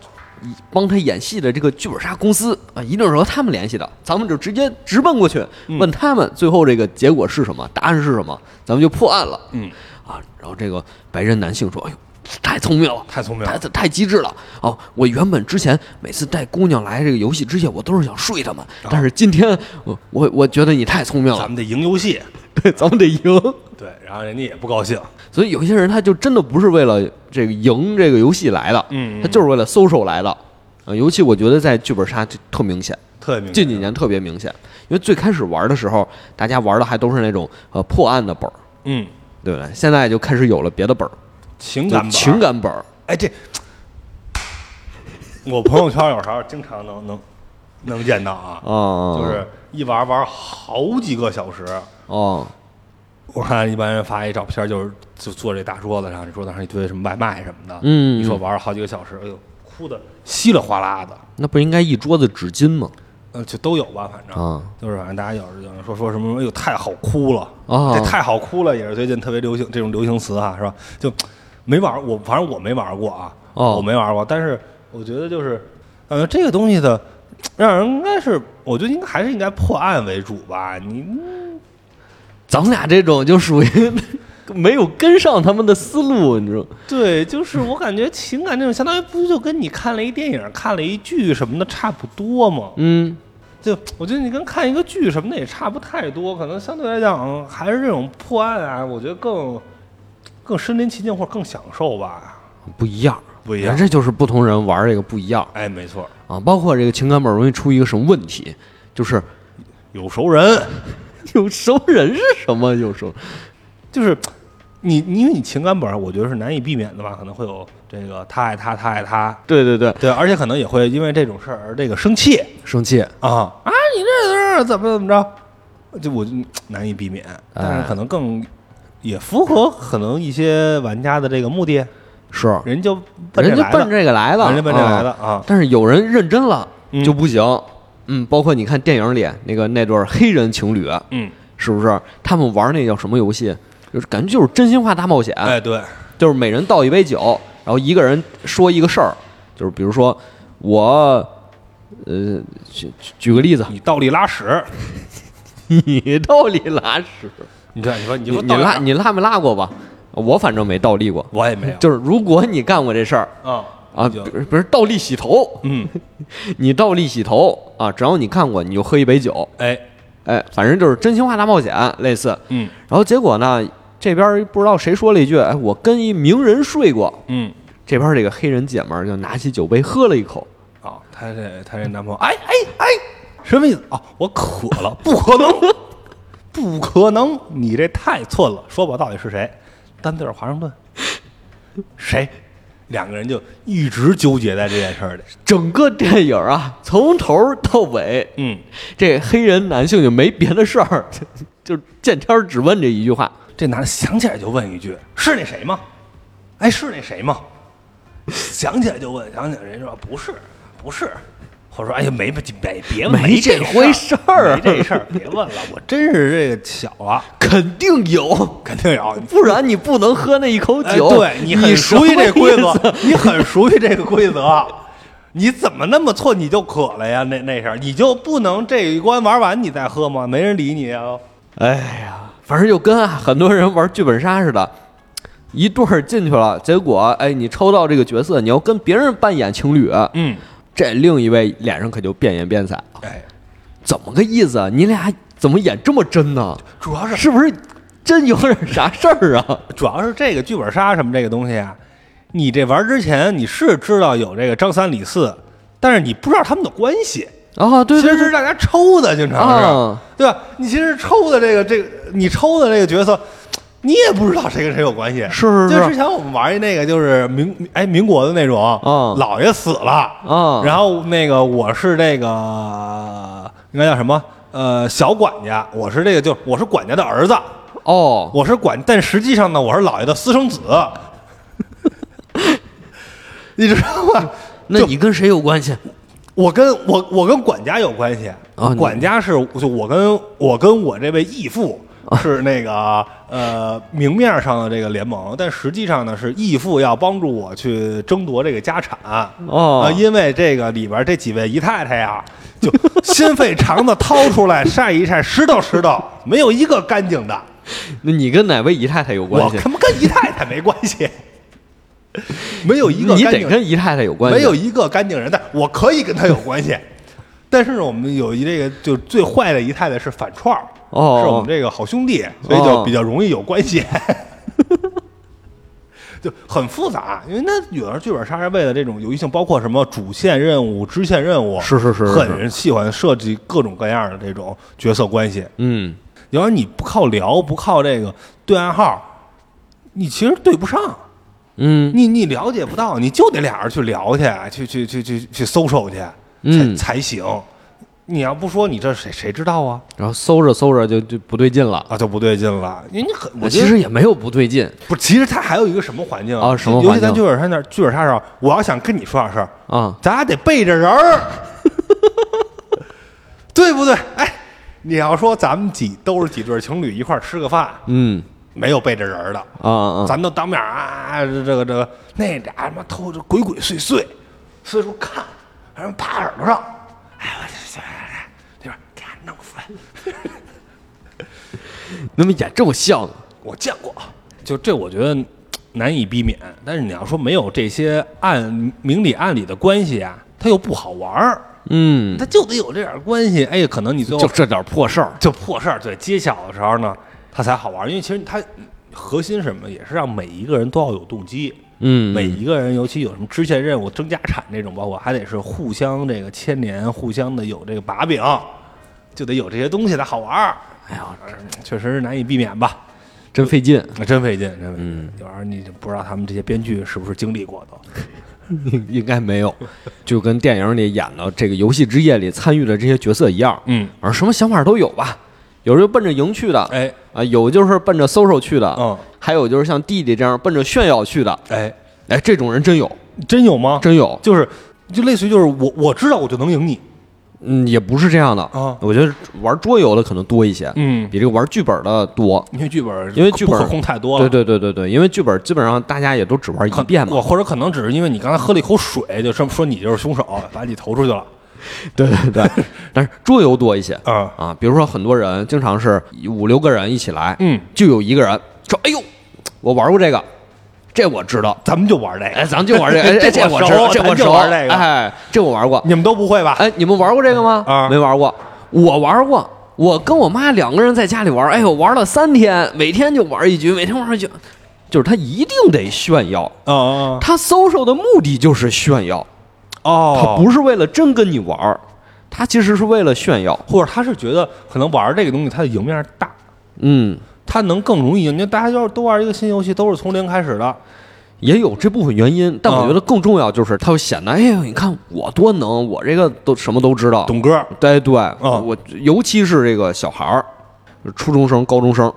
S1: 帮他演戏的这个剧本杀公司啊，一定是和他们联系的。咱们就直接直奔过去，
S2: 嗯
S1: 问他们最后这个结果是什么，答案是什么，咱们就破案了。
S2: 嗯，
S1: 啊，然后这个白人男性说：“哎呦，太聪明了。”
S2: 太聪明
S1: 太
S2: 了，
S1: 太太机智了哦！我原本之前每次带姑娘来这个游戏
S2: 啊
S1: 之前，我都是想睡他们，但是今天我我我觉得你太聪明了
S2: 咱，们得赢游戏，
S1: 对，咱们得赢。
S2: 对，然后人家也不高兴，
S1: 所以有些人他就真的不是为了这个赢这个游戏来的，
S2: 嗯嗯
S1: 他就是为了 social 来的。啊、尤其我觉得在剧本杀就特明显，
S2: 特别明白
S1: 近几年特别明显，因为最开始玩的时候，大家玩的还都是那种呃破案的本儿，
S2: 嗯，
S1: 对不对？现在就开始有了别的本儿，
S2: 情感
S1: 就
S2: 吧
S1: 情，感本儿，
S2: 哎，这 (laughs) 我朋友圈有时候经常能能能见到啊，
S1: 哦，
S2: 就是一玩玩好几个小时。
S1: 哦，
S2: 我看一般人发一照片，就是就坐这大桌子上，这桌子上一堆什么外卖什么的，
S1: 嗯
S2: 你说玩好几个小时，哎呦，哭的稀里哗啦的，
S1: 那不应该一桌子纸巾吗？
S2: 呃，就都有吧，反正、
S1: 啊
S2: 就是反正大家有有人说说什么，哎呦，太好哭了，
S1: 啊
S2: 这太好哭了，也是最近特别流行这种流行词啊，是吧？就没玩过，反正我没玩过啊，
S1: 哦
S2: 我没玩过，但是我觉得就是，呃，这个东西的，让人应该是，我觉得应该还是应该破案为主吧，你
S1: 咱们俩这种就属于没有跟上他们的思路，你知道吗？
S2: 对，就是我感觉情感这种，相当于不就跟你看了一电影、看了一剧什么的差不多吗？
S1: 嗯，
S2: 就我觉得你跟看一个剧什么的也差不太多，可能相对来讲还是这种破案啊，我觉得更更身临其境或者更享受吧。
S1: 不一样，
S2: 不一样
S1: 这就是不同人玩这个不一样
S2: 哎，没错，
S1: 啊。包括这个情感本容易出一个什么问题，就是 (laughs)
S2: 有熟人，
S1: 有熟人是什么？有熟
S2: 就是你，因为你情感本儿，我觉得是难以避免的吧，可能会有这个他爱他，他爱他，
S1: 对对对，
S2: 对，而且可能也会因为这种事儿而这个生气
S1: 生气
S2: 啊啊，你这是怎么怎么着，就我就难以避免，但
S1: 哎
S2: 是可能更。也符合可能一些玩家的这个目的，
S1: 是
S2: 人就奔
S1: 人
S2: 这
S1: 就
S2: 来的
S1: 奔这个来的，
S2: 人家奔这来的
S1: 啊
S2: 啊，
S1: 但是有人认真了
S2: 嗯
S1: 就不行。嗯，包括你看电影里那个那对儿黑人情侣，
S2: 嗯，
S1: 是不是他们玩那叫什么游戏？就是感觉就是真心话大冒险，
S2: 哎，对，
S1: 就是每人倒一杯酒，然后一个人说一个事儿，就是比如说我，呃，举举举个例子， (laughs)
S2: 你倒立拉屎，
S1: 你倒立拉屎，
S2: 你看，你说你
S1: 你
S2: 说
S1: 你
S2: 倒立
S1: 拉，你拉没拉过吧？我反正没倒立过。
S2: 我也没有，
S1: 就是如果你干过这事儿
S2: 啊
S1: 啊，比
S2: 就
S1: 如比如倒立洗头，
S2: 嗯，
S1: 你倒立洗头啊，只要你干过，你就喝一杯酒，
S2: 哎，
S1: 哎，反正就是真心话大冒险类似。
S2: 嗯
S1: 然后结果呢，这边不知道谁说了一句，哎，我跟一名人睡过，
S2: 嗯，
S1: 这边这个黑人姐们儿就拿起酒杯喝了一口，
S2: 啊，她这她这男朋友，哎哎哎，什么意思啊？我渴了，不可能，不可能，你这太寸了。说吧，到底是谁？丹泽尔华盛顿，谁？两个人就一直纠结在这件事儿里。
S1: 整个电影啊，从头到尾，
S2: 嗯，
S1: 这黑人男性就没别的事儿， (laughs) 就就见天儿只问这一句话。
S2: 这男的想起来就问一句：“是那谁吗？”哎，是那谁吗？想起来就问，想起来人家说不是，不是，或者说哎呀没没别别
S1: 没
S2: 没
S1: 这
S2: 这
S1: 回事儿
S2: 没这事儿，别问了，我真是这个巧啊，
S1: 肯定有，
S2: 肯定有。
S1: 不然你不能喝那一口
S2: 哎，
S1: 酒。
S2: 对
S1: 你
S2: 很熟悉这
S1: 什么
S2: 规
S1: 意思
S2: 则，你很熟悉这个规则，你怎么那么错你就渴了呀？那那事儿你就不能这一关玩完你再喝吗？没人理你啊。
S1: 哎呀，反正就跟、啊、很多人玩剧本杀似的，一对儿进去了，结果哎，你抽到这个角色，你要跟别人扮演情侣，
S2: 嗯，
S1: 这另一位脸上可就变颜变色了。
S2: 哎，
S1: 怎么个意思啊？你俩怎么演这么真呢？
S2: 主要是
S1: 是不是真有点啥事儿啊？
S2: 主要是这个剧本杀什么这个东西啊，你这玩之前你是知道有这个张三李四，但是你不知道他们的关系，
S1: 啊，对对
S2: 其实是
S1: 对，
S2: 大家抽的，经常是，
S1: 啊
S2: 对吧？你其实抽的这个这个，你抽的这个角色。你也不知道谁跟谁有关系，
S1: 是是
S2: 就是之前我们玩一那个，就是民哎民国的那种，
S1: 嗯
S2: 老爷死了，
S1: 嗯
S2: 然后那个我是这个应该叫什么？呃，小管家，我是这个就我是管家的儿子，
S1: 哦，
S2: 我是管，但实际上呢，我是老爷的私生子，
S1: (laughs)
S2: 你知道吗？
S1: 那你跟谁有关系？
S2: 我跟我我跟管家有关系
S1: 哦你
S2: 管家是就我跟我跟我这位义父
S1: 哦
S2: 是那个、呃明面上的这个联盟，但实际上呢是义父要帮助我去争夺这个家产
S1: 哦
S2: 啊因为这个里边这几位姨太太呀，就
S1: (laughs)
S2: 心肺肠子掏出来晒一晒，拾掇拾掇，没有一个干净的。
S1: 那你跟哪位姨太太有关
S2: 我
S1: 系？
S2: 他妈跟姨太太没关
S1: (laughs)
S2: 系，没有一个
S1: 你
S2: 干
S1: 得
S2: 净人
S1: 跟姨太太有关系。 (laughs)
S2: 没有一个干净人，但我可以跟他有关系。但是呢，我们有一这个就最坏的一派的是反串儿，
S1: 哦
S2: 是我们这个好兄弟，所以就
S1: 哦
S2: 比较容易有
S1: (laughs)
S2: 关系，就很复杂。因为那有的剧本杀是为了这种游戏性，包括什么主线任务、支线任务，
S1: 是是是是
S2: 很喜欢设计各种各样的这种角色关系。
S1: 嗯，
S2: 要是你不靠聊，不靠这个对暗号，你其实对不上。
S1: 嗯，
S2: 你你了解不到，你就得俩人去聊去，去去去去去搜搜去，
S1: 嗯
S2: 才才行。你要不说，你这谁谁知道啊？
S1: 然后搜着搜着就就不对劲了。
S2: 啊，就不对劲了。因为你很，我觉
S1: 其
S2: 得
S1: 实也没有不对劲，
S2: 不，其实它还有一个什么环境
S1: 啊什么
S2: 尤
S1: 环
S2: 其
S1: 境
S2: 咱剧本杀那儿剧本杀上，我要想跟你说点事儿，
S1: 啊，
S2: 咱俩得背着人儿， (laughs) 对不对？哎，你要说咱们几都是几对情侣一块儿吃个饭，
S1: 嗯
S2: 没有背着人儿的，
S1: 啊啊，啊
S2: 咱都当面啊，这这个这个那俩他妈偷着鬼鬼祟祟，四处看，然后趴耳朵上，哎我这这这这边给俺弄烦，
S1: 那么演这么像，
S2: 我见过，就这我觉得嘖难以避免。但是你要说没有这些暗明里暗里的关系啊，它又不好玩儿，
S1: 嗯，
S2: 它就得有这点关系。哎，可能你最后
S1: 就这点破事儿，
S2: 就破事儿，对揭晓的时候呢，它才好玩儿，因为其实它核心是什么，也是让每一个人都要有动机。
S1: 嗯，
S2: 每一个人，尤其有什么支线任务、争家产这种，包括还得是互相这个牵连，互相的有这个把柄，就得有这些东西才好玩儿。哎呀，确实是难以避免吧？
S1: 真费劲。
S2: 真费劲，真费劲。有时候你就不知道他们这些编剧是不是经历过的。
S1: (laughs) 应该没有，就跟电影里演的这个游戏之夜里参与的这些角色一样，
S2: 嗯，
S1: 而什么想法都有吧。有就奔着赢去的，
S2: 哎
S1: 啊，有就是奔着搜搜去的，
S2: 嗯，
S1: 还有就是像弟弟这样奔着炫耀去的，
S2: 哎，
S1: 哎，这种人真有，
S2: 真有吗？
S1: 真有，
S2: 就是就类似于就是我我知道我就能赢你。
S1: 嗯，也不是这样的
S2: 啊
S1: 我觉得玩桌游的可能多一些，
S2: 嗯
S1: 比这个玩剧本的多。
S2: 因为剧本
S1: 因为剧本
S2: 不可控太多了。
S1: 对对对对对，因为剧本基本上大家也都只玩一
S2: 可
S1: 遍嘛。
S2: 我或者可能只是因为你刚才喝了一口水，就这么说你就是凶手，把你投出去了。
S1: 对对对，但是桌游多一些
S2: 啊
S1: 啊，比如说很多人经常是五六个人一起来，
S2: 嗯，
S1: 就有一个人说：“哎呦，我玩过这个，这我知道。
S2: 咱们就玩这个，
S1: 哎，咱们就玩
S2: (laughs)
S1: 这个，哎，哎这我
S2: 熟
S1: 知道，，这
S2: 咱
S1: 我
S2: 就
S1: 熟，
S2: 玩这个。
S1: 哎，这我玩过。
S2: 你们都不会吧？
S1: 哎，你们玩过这个吗？
S2: 啊
S1: 没玩过，我玩过。我跟我妈两个人在家里玩，哎呦，玩了三天，每天就玩一局，每天玩一局，就是他一定得炫耀，
S2: 哦
S1: 他 social 的目的就是炫耀。”他
S2: 哦，
S1: 不是为了真跟你玩儿，他其实是为了炫耀。
S2: 或者他是觉得可能玩这个东西它的赢面大，
S1: 嗯，
S2: 它能更容易赢。你看大家要是都玩一个新游戏，都是从零开始的，
S1: 也有这部分原因，但我
S2: 啊
S1: 觉得更重要就是他会显得，哎呦，你看我多能，我这个都什么都知道。
S2: 懂嗯哥，
S1: 对对，我尤其是这个小孩儿，初中生、高中生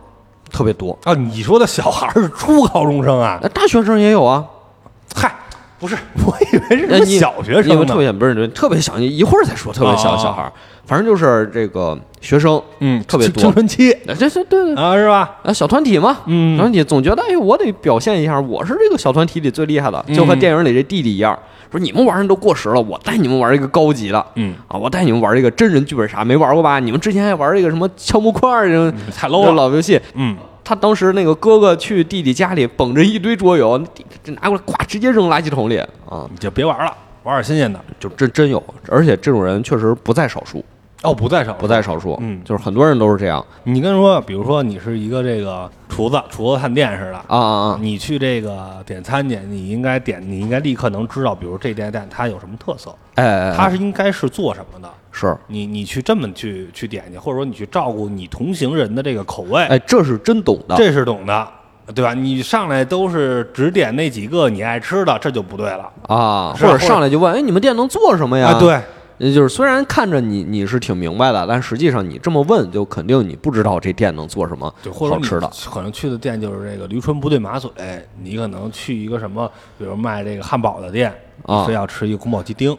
S1: 特别多，
S2: 啊，你说的小孩儿是初高中生啊？
S1: 那大学生也有啊。
S2: 嗨，不是， (laughs) 我以为
S1: 那
S2: 是
S1: 你
S2: 小学
S1: 你
S2: 生
S1: 们特
S2: 呢。
S1: 别不是特别小，一会儿再说特别小
S2: 啊
S1: 的小孩儿，反正就是这个学生，
S2: 嗯，
S1: 特别
S2: 青
S1: 多
S2: 青春期
S1: 这这对对
S2: 啊，是吧？
S1: 啊，小团体嘛，
S2: 嗯
S1: 小团体总觉得，哎，我得表现一下，我是这个小团体里最厉害的，
S2: 嗯
S1: 就和电影里这弟弟一样，说你们玩的都过时了，我带你们玩一个高级的，
S2: 嗯
S1: 啊，我带你们玩这个真人剧本杀，没玩过吧？你们之前还玩这个什么敲木块儿这种
S2: 太 low 了。
S1: 老游戏。
S2: 嗯，
S1: 他当时那个哥哥去弟弟家里捧着一堆桌游，弟弟这拿过来，咵直接扔垃圾桶里啊，
S2: 你就别玩了，玩点新鲜的。
S1: 就真真有，而且这种人确实不在少数，
S2: 哦，不在少，
S1: 不在少数，
S2: 嗯
S1: 就是很多人都是这样
S2: 你跟人说，比如说你是一个这个厨子，厨子探店似的，
S1: 啊啊啊，
S2: 你去这个点餐去，你应该点，你应该立刻能知道，比如这家店它有什么特色，
S1: 哎哎，哎
S2: 它是应该是做什么的。
S1: 是。
S2: 你你去这么去去点去，或者说你去照顾你同行人的这个口味，
S1: 哎，这是真懂的，
S2: 这是懂的，对吧？你上来都是只点那几个你爱吃的，这就不对了。
S1: 啊，
S2: 是吧
S1: 或者上来就问，哎，你们店能做什么呀？呃
S2: 啊，，对，
S1: 就是虽然看着你你是挺明白的，但实际上你这么问，就肯定你不知道这店能做什么
S2: 对，或者
S1: 好吃的。
S2: 你可能去的店就是这个驴唇不对马嘴，你可能去一个什么，比如卖这个汉堡的店，
S1: 啊
S2: 非要吃一个宫保鸡丁，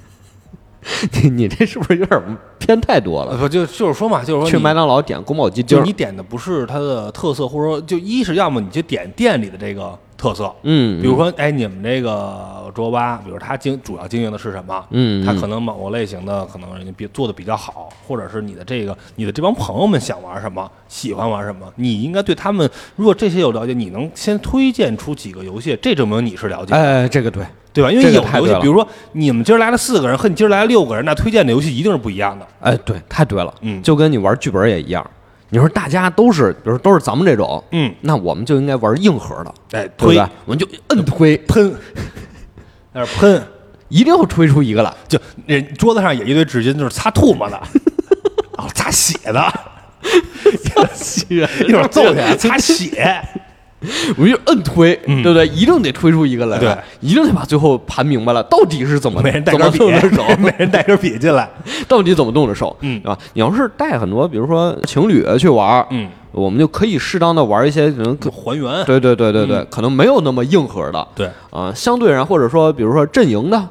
S1: (laughs) 你你这是不是有点偏太多
S2: 呃
S1: 了？
S2: 不就就是说嘛，就是说
S1: 去
S2: 你
S1: 麦当劳点宫保鸡丁
S2: 就
S1: 儿
S2: 你点的不是它的特色，或者说就一是要么你就点店里的这个特色。
S1: 嗯，
S2: 比如说，哎，你们这个桌吧，比如他经主要经营的是什么？
S1: 嗯嗯
S2: 他可能某个类型的，可能人家比做的比较好，或者是你的这个你的这帮朋友们想玩什么，喜欢玩什么，你应该对他们，如果这些有了解，你能先推荐出几个游戏，这证明你是了解的，
S3: 哎，这个对，
S2: 对吧？因为
S3: 这个
S2: 有
S3: 太
S2: 游
S3: 对
S2: 戏
S3: 了，
S2: 比如说你们今儿来了四个人，和你今儿来了六个人，那推荐的游戏一定是不一样的。
S1: 哎，对，太对了，
S2: 嗯
S1: 就跟你玩剧本也一样。你说大家都是，比如说都是咱们这种，
S2: 嗯，
S1: 那我们就应该玩硬核的，
S2: 哎，
S1: 对不
S2: 推
S1: 对？我们就摁推，
S2: 喷，那是喷， (laughs)
S1: 一定要推出一个来。
S2: 就人桌子上也一堆纸巾，就是擦吐沫的，然后擦血的，擦血，一会儿揍
S1: (laughs)
S2: 你，擦血。
S1: 我们就摁推，对不对？一定得推出一个来，
S2: 嗯对，
S1: 一定得把最后盘明白了，到底是怎
S2: (laughs)
S1: 么
S2: 每人带
S1: 怎么
S2: 根笔
S1: 动的手，，
S2: (laughs) 每人带根笔进来。
S1: 到底怎么动的手，
S2: 嗯
S1: 对吧？你要是带很多，比如说情侣去玩，
S2: 嗯，
S1: 我们就可以适当的玩一些可能，
S2: 还原，
S1: (laughs) 对对对对对，可能没有那么硬核的，
S2: 嗯对
S1: 啊，相对然或者说比如说阵营的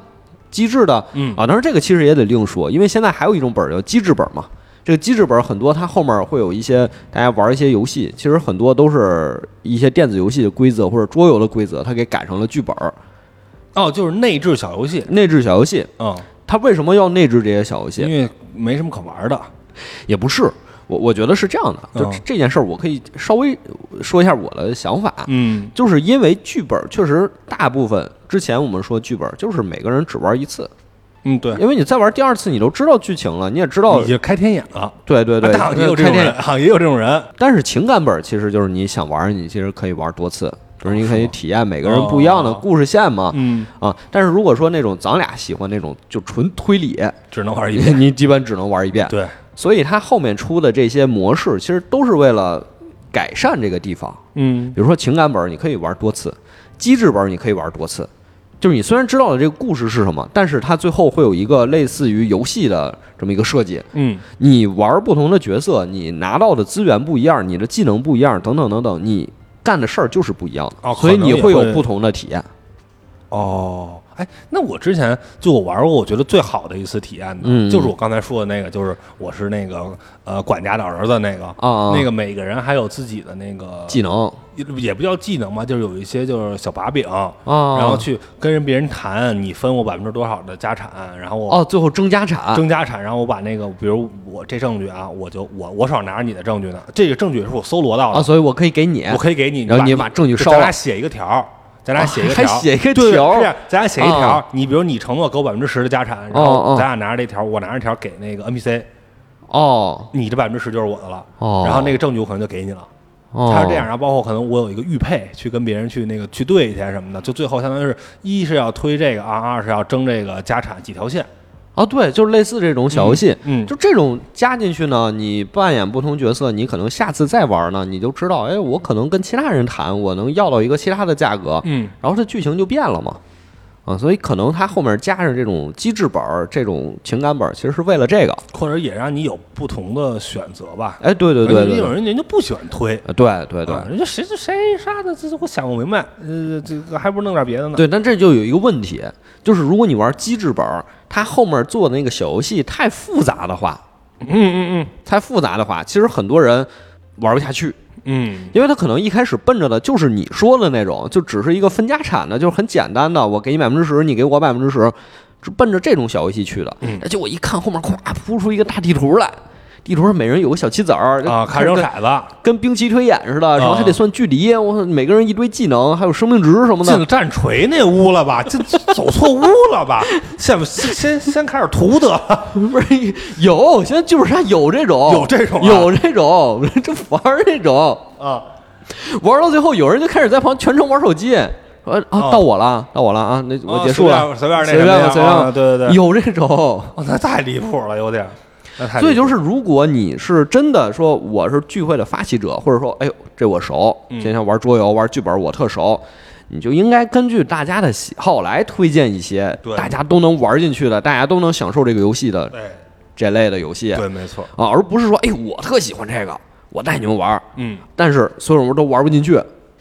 S1: 机制的，
S2: 嗯
S1: 啊，当然这个其实也得另说，因为现在还有一种本儿叫机制本嘛。这个机制本儿很多，它后面会有一些大家玩一些游戏，其实很多都是一些电子游戏的规则或者桌游的规则，它给改成了剧本儿
S2: 哦，就是内置小游戏，
S1: 内置小游戏。
S2: 嗯，
S1: 它为什么要内置这些小游
S2: 因
S1: 戏？
S2: 为没什么可玩的，
S1: 也不是，我我觉得是这样的，就
S2: 嗯
S1: 这这件事儿，我可以稍微说一下我的想法。
S2: 嗯，
S1: 就是因为剧本儿确实大部分之前我们说剧本儿就是每个人只玩一次，
S2: 嗯，对，
S1: 因为你再玩第二次，你都知道剧情了，你也知道
S2: 你，就开天眼了。
S1: 对对对，
S2: 但好像也有这
S1: 开
S2: 种
S1: 电影
S2: 人，好像也有这种人，
S1: 但是情感本儿其实就是你想玩儿，你其实可以玩多次，就是你可以体验每个人不一样的
S2: 哦
S1: 故事线嘛。
S2: 嗯，
S1: 啊，但是如果说那种咱俩喜欢那种就纯推理，
S2: 只能玩一
S1: (laughs)
S2: 遍。
S1: 你你基本只能玩一遍。
S2: 对，
S1: 所以它后面出的这些模式，其实都是为了改善这个地方。
S2: 嗯，
S1: 比如说情感本儿你可以玩多次，机制本儿你可以玩多次。就是你虽然知道了这个故事是什么，但是它最后会有一个类似于游戏的这么一个设计。
S2: 嗯，
S1: 你玩不同的角色，你拿到的资源不一样，你的技能不一样，等等等等，你干的事儿就是不一样的，
S2: 哦
S1: 所以
S2: 可能
S1: 你
S2: 也
S1: 会有
S2: 会
S1: 不同的体验。
S2: 哦，哎，那我之前就我玩过，我觉得最好的一次体验呢，
S1: 嗯
S2: 就是我刚才说的那个，就是我是那个呃管家的儿子那个，
S1: 啊
S2: 那个每个人还有自己的那个
S1: 技能
S2: 也也不叫技能吧，就是有一些就是小把柄，
S1: 啊
S2: 然后去跟人别人谈，你分我百分之多少的家产，然后我
S1: 哦，最后争家产，
S2: 争家产，然后我把那个，比如我这证据啊，我就我我手上拿着你的证据呢，这个证据是我搜罗到的，
S1: 啊，所以我可以给你，
S2: 我可以给你，
S1: 然后你把证据烧了哦
S2: 咱俩写一个条儿，咱俩写一个
S1: 还
S2: 条儿，
S1: 写一个
S2: 对
S1: 条儿
S2: 是啊咱俩写一条儿
S1: 啊。
S2: 你比如你承诺给我百分之十的家产，然
S1: 哦哦
S2: 后咱俩拿着这条儿，我拿着条儿给那个 NPC，
S1: 哦
S2: 你这百分之十就是我的了。
S1: 哦
S2: 然后那个证据我可能就给你了。
S1: 哦，
S2: 他是这样，然后包括可能我有一个玉佩去跟别人去那个去对去什么的，就最后相当于是一是要推这个啊，二是要争这个家产几条线。
S1: 啊，对，就是类似这种小游戏，
S2: 嗯嗯
S1: 就这种加进去呢，你扮演不同角色，你可能下次再玩呢，你就知道，哎，我可能跟其他人谈，我能要到一个其他的价格，
S2: 嗯，
S1: 然后这剧情就变了嘛，啊，所以可能它后面加上这种机制本儿、这种情感本儿，其实是为了这个，
S2: 或者也让你有不同的选择吧。
S1: 哎，对对对对
S2: 有
S1: 对，
S2: 人人家不喜欢推。
S1: 啊对对对
S2: 啊，人家谁这谁啥的，这这我想不明白，呃，这个还不如弄点别的呢。
S1: 对，但这就有一个问题，就是如果你玩机制本儿，它后面做的那个小游戏太复杂的话，
S2: 嗯嗯
S1: 太复杂的话，其实很多人玩不下去。
S2: 嗯
S1: 因为他可能一开始奔着的就是你说的那种，就只是一个分家产的，就是很简单的，我给你百分之十，你给我百分之十，是奔着这种小游戏去的。
S2: 嗯
S1: 而且我一看后面，咵铺出一个大地图来，地图上每人有个小棋子儿
S2: 嗯啊，
S1: 就
S2: 看扔
S1: 跟
S2: 骰子，
S1: 跟兵棋推演似的，
S2: 啊
S1: 然后还得算距离，我操，每个人一堆技能，还有生命值什么
S2: 进
S1: 的
S2: 了。战锤那屋了吧？进走错屋了吧？先先先先开始图得了，
S1: (laughs) 不是有，现在剧本杀有这种，
S2: 有这种啊
S1: 有这种， (laughs) 这玩儿这种，
S2: 啊，
S1: 玩到最后，有人就开始在旁全程玩手机，说啊，
S2: 哦
S1: 到我了，到我了啊，那我
S2: 哦
S1: 结束了，
S2: 随便
S1: 随
S2: 随便那什
S1: 便吧
S2: 么呀
S1: 随便吧
S2: 啊对对对
S1: 有这种。
S2: 哦，那太离谱了，有点儿，那太离谱
S1: 所以就是，如果你是真的说我是聚会的发起者，或者说，哎呦，这我熟，
S2: 嗯
S1: 今天玩桌游、玩剧本我特熟，你就应该根据大家的喜好来推荐一些
S2: 对
S1: 大家都能玩进去的、大家都能享受这个游戏的
S2: 哎，
S1: 这类的游戏啊，
S2: 对，没错，
S1: 而不是说，哎，我特喜欢这个，我带你们玩儿，
S2: 嗯，
S1: 但是所有人都玩不进去，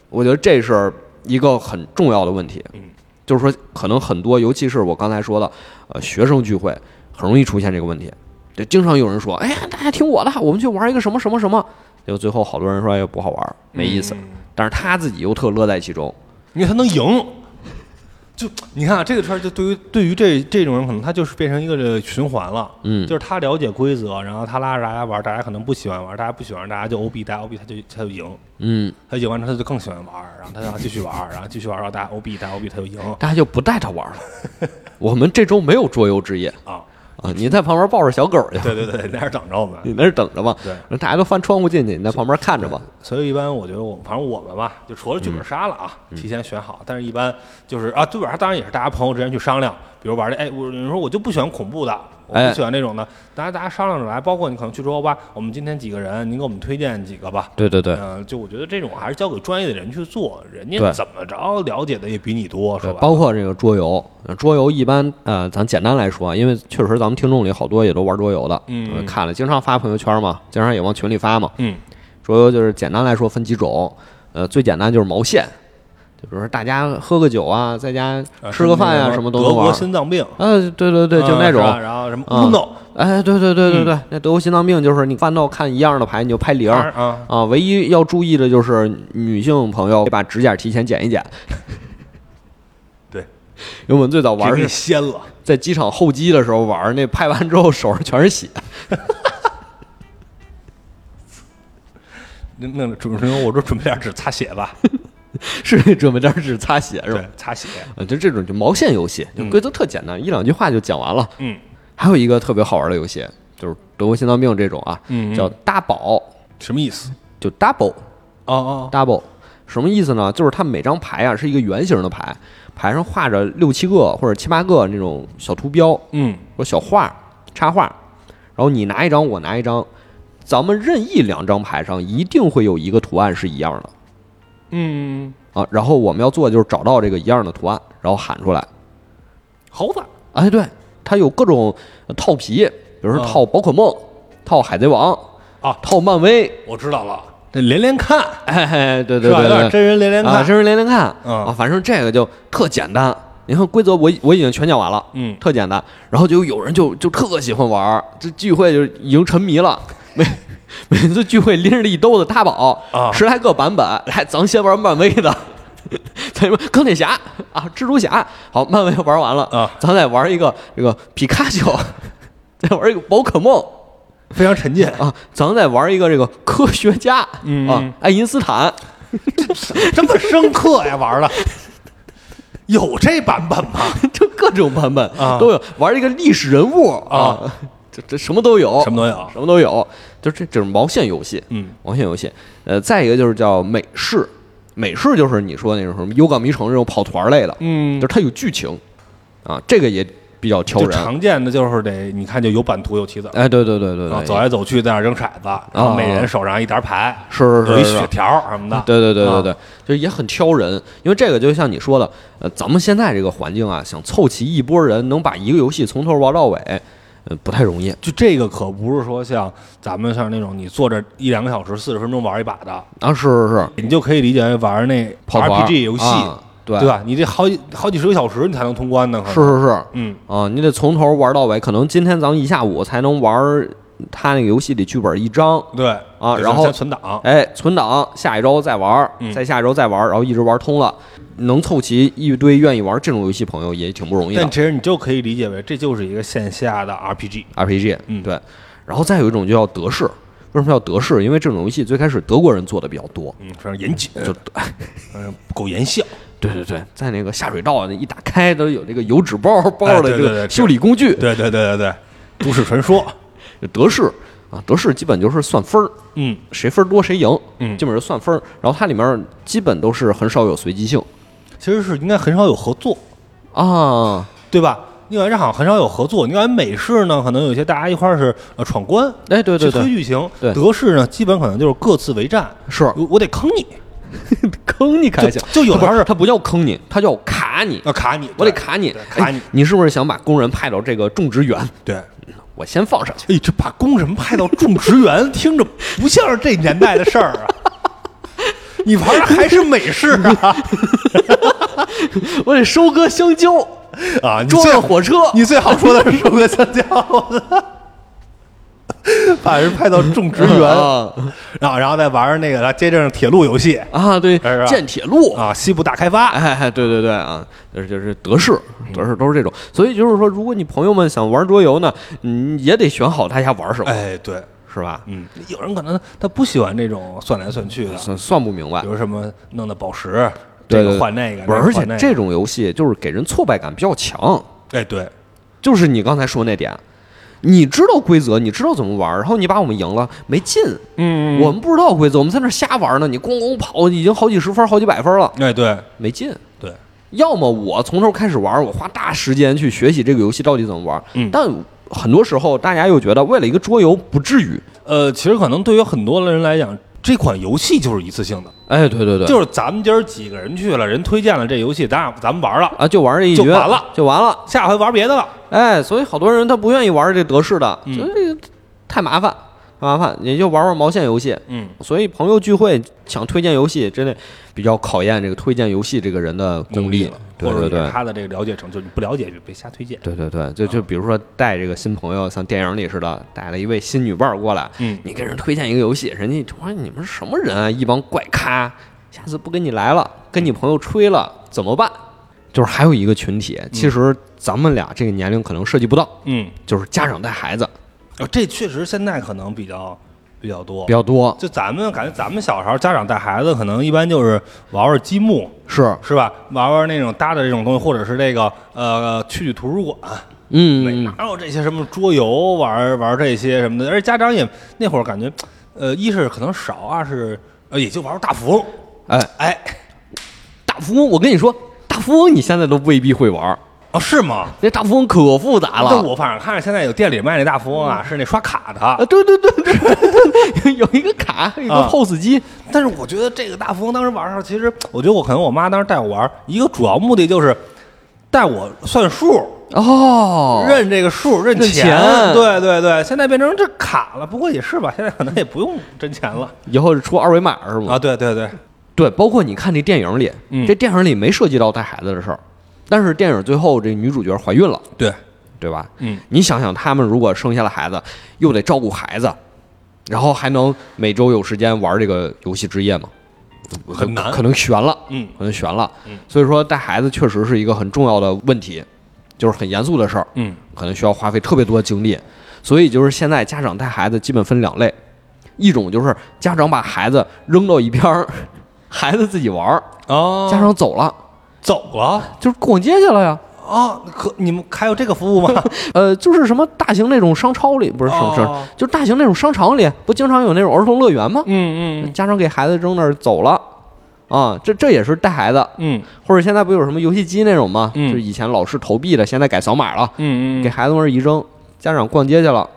S1: 我觉得这是一个很重要的问题。
S2: 嗯，
S1: 就是说，可能很多，尤其是我刚才说的，呃，学生聚会很容易出现这个问题。就经常有人说：“哎呀，大家听我的，我们去玩一个什么什么什么。”结果最后好多人说：“哎呀，不好玩，没意思。
S2: 嗯
S1: 但是他自己又特乐在其中，
S2: 你看他能赢，就你看啊，这个圈儿就对于对于这这种人，可能他就是变成一个这个循环了，
S1: 嗯
S2: 就是他了解规则，然后他拉着大家玩，大家可能不喜欢玩，大家不喜欢，大家就 OB，大家 OB 他就他就赢，
S1: 嗯，
S2: 他赢完之后他就更喜欢玩，然后他要继续玩，然后继续玩，然后大家 OB，大家 OB 他就赢
S1: 大家就不带他玩了。 (laughs) 我们这周没有桌游之夜
S2: 啊，
S1: 啊，你在旁边抱着小狗去，
S2: 对对对，在那儿等着我们。
S1: 你那儿等着吧。
S2: 对，
S1: 大家都翻窗户进去，你在旁边看着吧。
S2: 所以一般我觉得我反正我们吧，就除了剧
S1: 嗯
S2: 本杀了啊，提前选好。但是一般就是啊，剧本杀当然也是大家朋友之间去商量，比如玩的，哎，我你说我就不喜欢恐怖的，我
S1: 哎
S2: 不喜欢那种的，大家大家商量着来。包括你可能去桌游吧，我们今天几个人，您给我们推荐几个吧。
S1: 对对对，
S2: 嗯、就我觉得这种还是交给专业的人去做，人
S1: 对
S2: 家怎么着了解的也比你多，是
S1: 对，
S2: 吧？
S1: 呃包括这个桌游，呃桌游一般呃，咱简单来说啊，因为确实咱们听众里好多也都玩桌游的，
S2: 嗯
S1: 呃看了经常发朋友圈嘛，经常也往群里发嘛。
S2: 嗯，
S1: 桌游就是简单来说分几种，呃，最简单就是毛线，就比如说大家喝个酒啊，在家
S2: 呃
S1: 吃个饭呀、啊什么都
S2: 德
S1: 能
S2: 国
S1: 玩。
S2: 心脏病，
S1: 呃，对对对，就
S2: 嗯
S1: 那
S2: 是
S1: 种，
S2: 吧然后什么
S1: 嗯
S2: Uno
S1: 哎，对对对对对，那德国心脏病就是你翻到看一样的牌你就拍零
S2: 当然啊，
S1: 啊，唯一要注意的就是女性朋友得把指甲提前剪一剪，
S2: 对，
S1: 因为我们最早玩
S2: 给
S1: 是
S2: 你掀了，
S1: 在机场候机的时候玩儿，那拍完之后手上全是血。 (laughs)
S2: 那那主持人我说准备点纸擦血吧，
S1: 是那准备点儿纸擦血是吧
S2: 对？，擦血，
S1: 啊，就这种就毛线游戏，就
S2: 嗯
S1: 规则特简单，一两句话就讲完了。
S2: 嗯。
S1: 还有一个特别好玩的游戏，就是德国心脏病这种啊，
S2: 嗯嗯
S1: 叫搭宝，
S2: 什么意思？
S1: 就 double
S2: 哦哦，
S1: double，什么意思呢？就是它每张牌啊是一个圆形的牌，牌上画着六七个或者七八个那种小图标
S2: 嗯，
S1: 或者小画插画，然后你拿一张，我拿一张，咱们任意两张牌上一定会有一个图案是一样的。
S2: 嗯，
S1: 啊，然后我们要做的就是找到这个一样的图案，然后喊出来。
S2: 猴子，
S1: 哎，对，它有各种呃套皮，比如说
S2: 啊
S1: 套宝可梦、套海贼王
S2: 啊
S1: 套漫
S2: (laughs)
S1: 威。
S2: 我知道了，那连连看
S1: 哎，对
S2: 是
S1: 对
S2: 吧？有
S1: 对对，
S2: 点真人连连
S1: 啊，
S2: 看，
S1: 真是连连看、
S2: 嗯
S1: 啊，反正这个就特简单。你看规则我已，我已经全讲完了，
S2: 嗯
S1: 特简单。然后就有人就就特喜欢玩儿，这聚会就已经沉迷了，每每次聚会拎着一兜子大宝，
S2: 啊
S1: 十来个版本，来，咱们先玩漫威的。 (laughs) 咱们钢铁侠啊，蜘蛛侠，好，漫威玩完了
S2: 啊，
S1: 咱再玩一个这个皮卡丘，再玩一个宝可梦
S2: 非
S1: (laughs)
S2: 常沉浸。
S1: 啊，咱们再玩一个这个科学家、
S2: 嗯
S1: 啊，爱因斯坦，
S2: 这么深刻呀，玩的，有这版本吗？
S1: (laughs) 就各种版本
S2: 啊
S1: 都有，玩一个历史人物啊，这这什么都有，
S2: 什么都有
S1: 什么都有，就这这是毛线游戏，
S2: 嗯，
S1: 毛线游戏。呃，再一个就是叫美式，美式就是你说那种什么幽港迷城这种跑团类的，
S2: 嗯
S1: 就是它有剧情啊，这个也比较挑
S2: 就
S1: 人。
S2: 常见的就是得你看就有版图有棋子
S1: 哎，对对对对
S2: 啊，
S1: 对，
S2: 走来走去在那儿扔骰子，然后每人手上一沓牌，
S1: 是
S2: 有
S1: 是
S2: 一
S1: 是是
S2: 血。条什么的。
S1: 对对对
S2: 啊
S1: 对对，就也很挑人，因为这个就像你说的，呃，咱们现在这个环境啊，想凑齐一波人能把一个游戏从头玩到尾，呃，不太容易。
S2: 就这个可不是说像咱们像那种你坐着一两个小时四十分钟玩一把的，
S1: 啊，是是是，
S2: 你就可以理解为玩那
S1: 跑团
S2: RPG 游戏，
S1: 啊对
S2: 对吧？你这好几好几十个小时你才能通关呢，可能
S1: 是是是，
S2: 嗯
S1: 啊，你得从头玩到尾，可能今天咱们一下午才能玩儿他那个游戏里剧本一章，，
S2: 对
S1: 啊
S2: 得
S1: 然后
S2: 先存档，
S1: 哎，存档，下一周再玩儿，
S2: 嗯
S1: 再下一周再玩儿，然后一直玩通了，能凑齐一堆愿意玩这种游戏朋友也挺不容易的
S2: 但。其实你就可以理解为这就是一个线下的 RPG，
S1: RPG，
S2: 嗯
S1: 对，然后再有一种就叫德式，为什么叫德式？因为这种游戏最开始德国人做的比较多，
S2: 嗯，非常严谨，
S1: 就
S2: 嗯，不苟言笑，
S1: 对对对，在那个下水道那一打开都有这个油纸包包
S2: 哎
S1: 的
S2: 对
S1: 这
S2: 对对
S1: 个
S2: 对
S1: 修理工具，
S2: 对对对对对，都市传说，
S1: 德式啊，德式基本就是算分儿，
S2: 嗯
S1: 谁分儿多谁赢，
S2: 嗯
S1: 基本上算分儿。然后它里面基本都是很少有随机性
S2: 其实是应该很少有合作， (laughs)
S1: 啊。
S2: 对吧？你感觉好像很少有合作，你感觉美式呢，可能有一些大家一块儿是呃闯关，
S1: 哎，对对
S2: 去推
S1: 对，
S2: 剧情，
S1: 对
S2: 德式呢，基本可能就是各自为战，
S1: 是
S2: 我我得坑你，
S1: 坑你开
S2: 就
S1: 心，
S2: 就有的时候
S1: 不
S2: 是
S1: 是它不叫坑你，它叫卡你，
S2: 要卡你，
S1: 我得
S2: 对
S1: 卡你，
S2: 对卡
S1: 哎
S2: 你，
S1: 你是不是想把工人派到这个种植园？
S2: 对。
S1: 我先放
S2: (laughs)
S1: 上去。
S2: 哎，这把工人派到种植园，听着不像是这年代的事儿啊！你玩的还是美式
S1: (laughs)
S2: 啊？
S1: 我得收割香蕉，
S2: 啊，你
S1: 装
S2: 最
S1: 上
S2: 好
S1: 火车。
S2: 你最好说的是什么香蕉？把人派到种植园， (laughs)
S1: 啊
S2: 然后然后再玩儿那个接着铁路游戏
S1: 啊，对
S2: 是吧，
S1: 建铁路
S2: 啊，西部大开发，
S1: 哎哎，对对对啊，就是就是德式，
S2: 嗯
S1: 德式都是这种。所以就是说，如果你朋友们想玩桌游呢，你也得选好大家玩什么，
S2: 哎，对，
S1: 是吧？
S2: 嗯，有人可能他不喜欢这种算来算去的，
S1: 算算不明白
S2: 比。如什么弄的宝石，
S1: 对
S2: 这
S1: 对
S2: 个
S1: 对
S2: 换那个，
S1: 不是，
S2: 那个
S1: 而
S2: 换
S1: 且
S2: 那个
S1: 这种游戏就是给人挫败感比较强，
S2: 哎对，
S1: 就是你刚才说那点，你知道规则，你知道怎么玩，然后你把我们赢了没劲，
S2: 嗯
S1: 我们不知道规则，我们在那儿瞎玩呢，你咣咣跑，已经好几十分、好几百分了，
S2: 哎对
S1: 没劲。
S2: 对，
S1: 要么我从头开始玩，我花大时间去学习这个游戏到底怎么玩。
S2: 嗯
S1: 但很多时候大家又觉得为了一个桌游不至于。
S2: 呃，其实可能对于很多人来讲，这款游戏就是一次性的，
S1: 哎，对对对，
S2: 就是咱们今儿几个人去了，人推荐了这游戏，咱俩咱们玩了，
S1: 啊，就玩这一局
S2: 就完了，
S1: 就完了。
S2: 下回玩别的了。
S1: 哎，所以好多人他不愿意玩这德式的，
S2: 嗯
S1: 觉得这个太麻烦，太麻烦，也就玩玩毛线游戏。
S2: 嗯，
S1: 所以朋友聚会想推荐游戏，真的比较考验这个推荐游戏这个人的功力。
S2: 了，
S1: 对
S2: 嗯或者
S1: 对对
S2: 是，他的这个了解程度，你不了解就别瞎推荐。
S1: 对对对，就就比如说带这个新朋友，像电影里似的，带了一位新女伴儿过来，
S2: 嗯
S1: 你给人推荐一个游戏，人家就说你们是什么人啊，一帮怪咖，下次不跟你来了，跟你朋友吹了怎么办？就是还有一个群体，其实咱们俩这个年龄可能涉及不到，
S2: 嗯，
S1: 就是家长带孩子
S2: 哦这确实现在可能比较比较多
S1: 比。较多，
S2: 就咱们感觉，咱们小时候家长带孩子，可能一般就是玩玩积木，
S1: 是，
S2: 是吧？玩玩那种搭的这种东西，或者是这个呃，去去图书馆，
S1: 嗯，
S2: 哪有这些什么桌游玩玩这些什么的？而且家长也那会儿感觉，呃，一是可能少，二是呃也就玩玩大富翁，
S1: 哎，
S2: 哎，
S1: 大富翁，我跟你说，大富翁你现在都未必会玩儿，
S2: 哦是吗？
S1: 那大富翁可复杂
S2: 但
S1: 了。
S2: 我反正看着现在有店里卖那大富翁啊，是那刷卡
S1: 啊，
S2: 的。
S1: 对对对对对， (laughs) 有一个卡，有一个
S2: 啊
S1: POS 机，
S2: 但是我觉得这个大富翁当时玩上，其实我觉得我可能我妈当时带我玩，一个主要目的就是带我算数，
S1: 哦，
S2: 认这个数，认
S1: 认钱
S2: 对对对，现在变成这卡了，不过也是吧，现在可能也不用真钱了
S1: 以后是出二维码是吗？
S2: 啊。对对对，
S1: 对，包括你看这电影里，
S2: 嗯
S1: 这电影里没涉及到带孩子的事儿，但是电影最后这女主角怀孕了，
S2: 对，
S1: 对吧？
S2: 嗯，
S1: 你想想，他们如果生下了孩子，又得照顾孩子，然后还能每周有时间玩这个游戏之夜吗？
S2: 很难
S1: 可能悬了，
S2: 嗯
S1: 可能悬了。
S2: 嗯
S1: 所以说带孩子确实是一个很重要的问题，就是很严肃的事儿，
S2: 嗯
S1: 可能需要花费特别多的精力。所以就是现在家长带孩子基本分两类，一种就是家长把孩子扔到一边儿， (laughs) 孩子自己玩儿，
S2: 哦
S1: 家长走了，
S2: 走了。
S1: 就是逛街去了呀。
S2: 啊，可你们还有这个服务吗？
S1: 呃，就是什么大型那种商超里，不是商超，
S2: 哦
S1: 就是大型那种商场里，不经常有那种儿童乐园吗？
S2: (laughs) 嗯
S1: 家长给孩子扔那儿走了，啊，这这也是带孩子，
S2: 嗯
S1: 或者现在不有什么游戏机那种吗？
S2: 嗯
S1: 就是以前老是投币的，现在改扫码了，
S2: 嗯
S1: 给孩子往那儿一扔，家长逛街去了。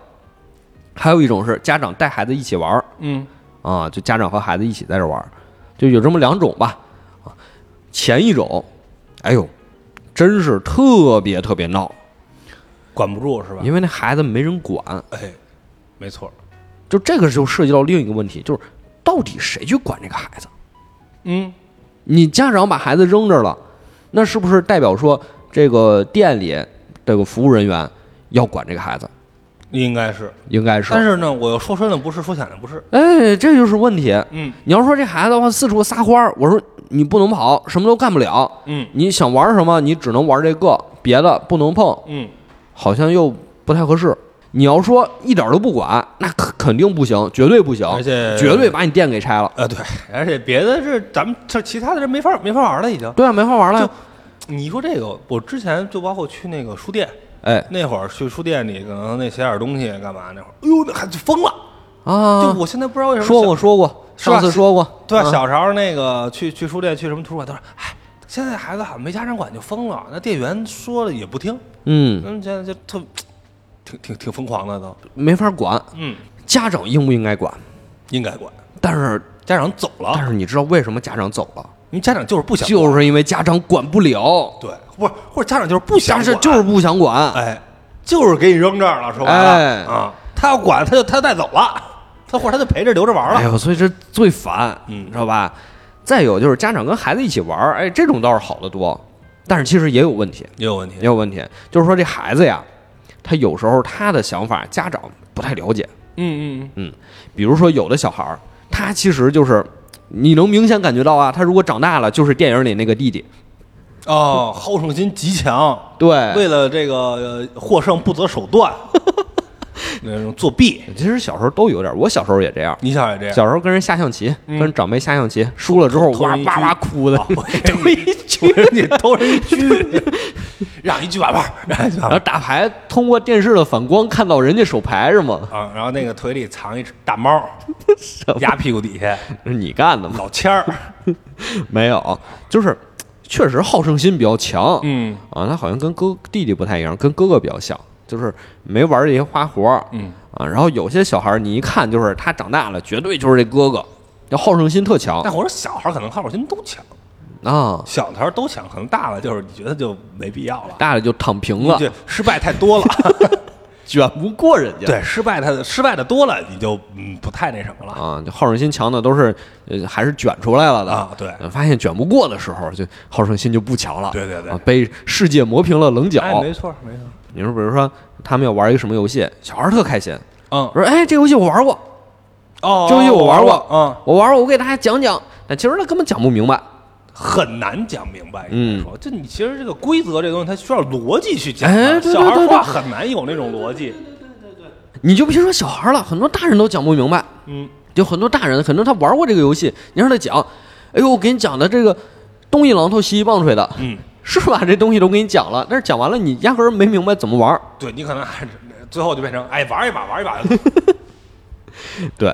S1: 还有一种是家长带孩子一起玩儿
S2: 嗯
S1: 啊，就家长和孩子一起在这玩儿，就有这么两种吧。啊，前一种，哎呦，真是特别特别闹，
S2: 管不住是吧？
S1: 因为那孩子没人管，
S2: 哎，没错。
S1: 就这个就涉及到另一个问题，就是到底谁去管这个孩子？
S2: 嗯，
S1: 你家长把孩子扔这儿了，那是不是代表说这个店里这个服务人员要管这个孩子？
S2: 应该是。
S1: 应该是。
S2: 但是呢，我说深了不是，说浅了不是。
S1: 哎，这就是问题。
S2: 嗯
S1: 你要说这孩子的话四处撒欢儿，我说你不能跑，什么都干不了。
S2: 嗯
S1: 你想玩什么，你只能玩这个，别的不能碰，
S2: 嗯，
S1: 好像又不太合适。你要说一点儿都不管，那肯肯定不行，绝对不行，
S2: 而且
S1: 绝对把你店给拆了。
S2: 呃对，而且别的是咱们这其他的人没法没法玩了已经。
S1: 对啊，没法玩了呀。
S2: 你说这个，我之前就包括去那个书店，
S1: 哎
S2: 那会儿去书店里可能那写点东西干嘛那会儿，哎呦那孩子疯了。
S1: 啊，
S2: 就我现在不知道为什么
S1: 说过说过，
S2: 是吧
S1: 上次说过，
S2: 对，
S1: 啊
S2: 小时候那个去去书店去什么图书馆，他说：“哎，现在孩子好像没家长管就疯了。”那店员说了也不听，
S1: 嗯，
S2: 嗯，现在就特挺挺挺疯狂的都。
S1: 没法管，
S2: 嗯，
S1: 家长应不应该管？
S2: 应该管。
S1: 但是
S2: 家长走了，
S1: 但是你知道为什么家长走了？
S2: 因为家长就是不啊想管，
S1: 就是因为家长管不了，
S2: 对，不是或者家长就是不想
S1: 但
S2: 管，
S1: 是就是不想管。
S2: 哎，就是给你扔这儿了。说白了、
S1: 哎
S2: 啊，他要管他就他带走了，他或者他就陪着留着玩
S1: 哎
S2: 了。
S1: 呦，所以这最烦，
S2: 嗯
S1: 知道吧？再有就是家长跟孩子一起玩儿，哎，这种倒是好得多，但是其实也有问题，
S2: 也有问题
S1: 也，有问题，就是说这孩子呀，他有时候他的想法家长不太了解，
S2: 嗯嗯
S1: 比如说有的小孩儿，他其实就是你能明显感觉到啊，他如果长大了就是电影里那个弟弟，
S2: 哦，好胜心极强，
S1: 对，
S2: 为了这个呃获胜不择手段，那种作弊。
S1: 其实小时候都有点儿，我小时候也这样。
S2: 你想也这样，
S1: 小时候跟人下象棋，
S2: 嗯
S1: 跟长辈下象棋，输了之后
S2: 偷
S1: 哇
S2: 人一
S1: 哇
S2: 狙
S1: 哇哭 (laughs)
S2: 啊
S1: 的，
S2: (laughs) 偷一狙，你偷人一狙，让一狙把把，让一
S1: 然
S2: 狙把把
S1: 后打牌通过电视的反光看到人家手牌是吗？
S2: 啊，然后那个腿里藏一只大猫，压屁股底下，
S1: 是你干的吗？
S2: 老签儿，
S1: (laughs) 没有，就是确实好胜心比较强，
S2: 嗯
S1: 啊，他好像跟哥弟弟不太一样，跟哥哥比较像，就是没玩这些花活儿
S2: 嗯
S1: 啊。然后有些小孩儿，你一看就是他长大了，绝对就是这哥哥，就好胜心特强
S2: 但我说小孩儿可能好胜心都强，
S1: 啊，
S2: 小的时候都强，可能大了就是你觉得就没必要了，
S1: 大了就躺平了，
S2: 对，失败太多了，
S1: 卷不过人家。
S2: 对，失败太失败的多了，你就嗯不太那什么了。
S1: 啊，就好胜心强的都是，呃，还是卷出来了的
S2: 啊对
S1: 呃发现卷不过的时候，就好胜心就不强了。
S2: 对对对
S1: 啊，被世界磨平了棱角。
S2: 哎，没错没错，
S1: 你说，比如说他们要玩一个什么游戏，小孩儿特开心，
S2: 嗯
S1: 说：“哎，这游戏我玩过，
S2: 哦，
S1: 这游戏我玩过，
S2: 嗯，
S1: 我玩过，我给大家讲讲。”但其实他根本讲不明白。
S2: 很难讲明白。
S1: 嗯
S2: 应该说，这你其实这个规则这东西，它需要逻辑去讲
S1: 哎
S2: 的。
S1: 对对
S2: 小孩
S1: 对对
S2: 儿话很难有那种逻辑。
S1: 你就别说小孩了，很多大人都讲不明白。
S2: 嗯，
S1: 有很多大人，很多他玩过这个游戏，你让他讲，哎呦，我给你讲的这个东一榔头西一棒槌的，
S2: 嗯，
S1: 是吧？这东西都给你讲了，但是讲完了你压根儿没明白怎么玩儿。
S2: 对你可能还是最后就变成哎玩一把玩一把，
S1: 对，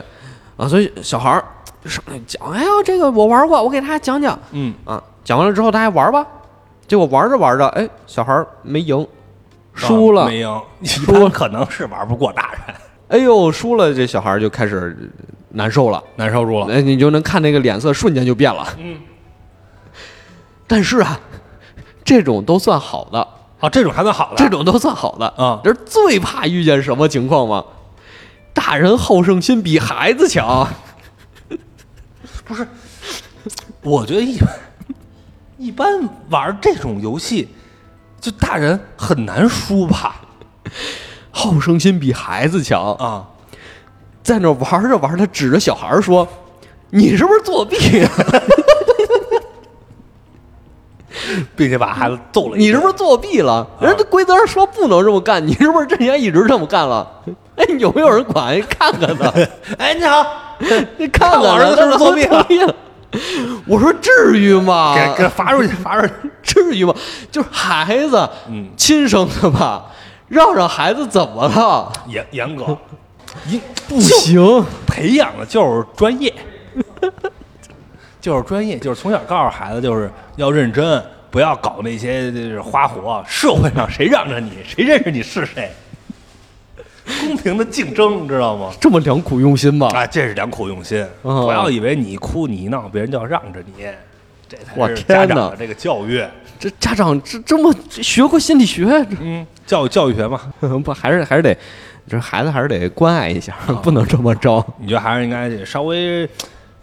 S1: 啊，所以小孩儿上来讲，哎呦，这个我玩过，我给大家讲讲
S2: 嗯，
S1: 啊。讲完了之后，大家玩吧。结果玩着玩着，哎，小孩儿没赢，输了
S2: 啊，没赢，
S1: 输
S2: 输
S1: 了
S2: 了可能是玩不过大人，
S1: 哎呦，输了，这小孩儿就开始难受了。
S2: 难受住。
S1: 哎，你就能看那个脸色瞬间就变了。
S2: 嗯，
S1: (laughs) 但是啊，这种都算好的，
S2: 啊，这种还算好的，
S1: 这种都算好的
S2: 啊
S1: 这最怕遇见什么情况吗？大人好胜心比孩子强，
S2: 不是，我觉得一般一般玩这种游戏，就大人很难输吧？
S1: 好胜心比孩子强。
S2: 啊，
S1: 在那玩着玩着，指着小孩儿说：“你是不是作弊？
S2: 并且把孩子揍了一顿，
S1: 你是不是作弊了？人家规则上说不能这么干，你是不是之前一直这么干了？哎，有没有人管？看看他。”
S2: 哎，你好，
S1: 你看
S2: 看我儿子
S1: 他
S2: 是不是作弊了
S1: 了。我说至于吗？
S2: 给给罚出去，罚出去。
S1: 至于吗？就是孩子，
S2: 嗯
S1: 亲生的吧，让让孩子怎么了？
S2: 严严格，一
S1: 不
S2: 不
S1: 行，
S2: 培养的就是专业， (laughs) 就是专业，就是从小告诉孩子就是要认真，不要搞那些就是花活。社会上谁让着你，谁认识你是谁，公平的竞争，你知道吗？
S1: 这么良苦用心吧？
S2: 啊，这是良苦用心，
S1: 哦
S2: 不要以为你一哭你一闹，别人就要让着你，这
S1: 我
S2: 才是
S1: 天
S2: 家
S1: 哪
S2: 长的这个教育，
S1: 这家长这这么学过心理学，
S2: 嗯，教育教育学嘛，
S1: 这 (laughs) 不还是还是得，这孩子还是得关爱一下，不能这么着。
S2: 你觉得还是应该得稍微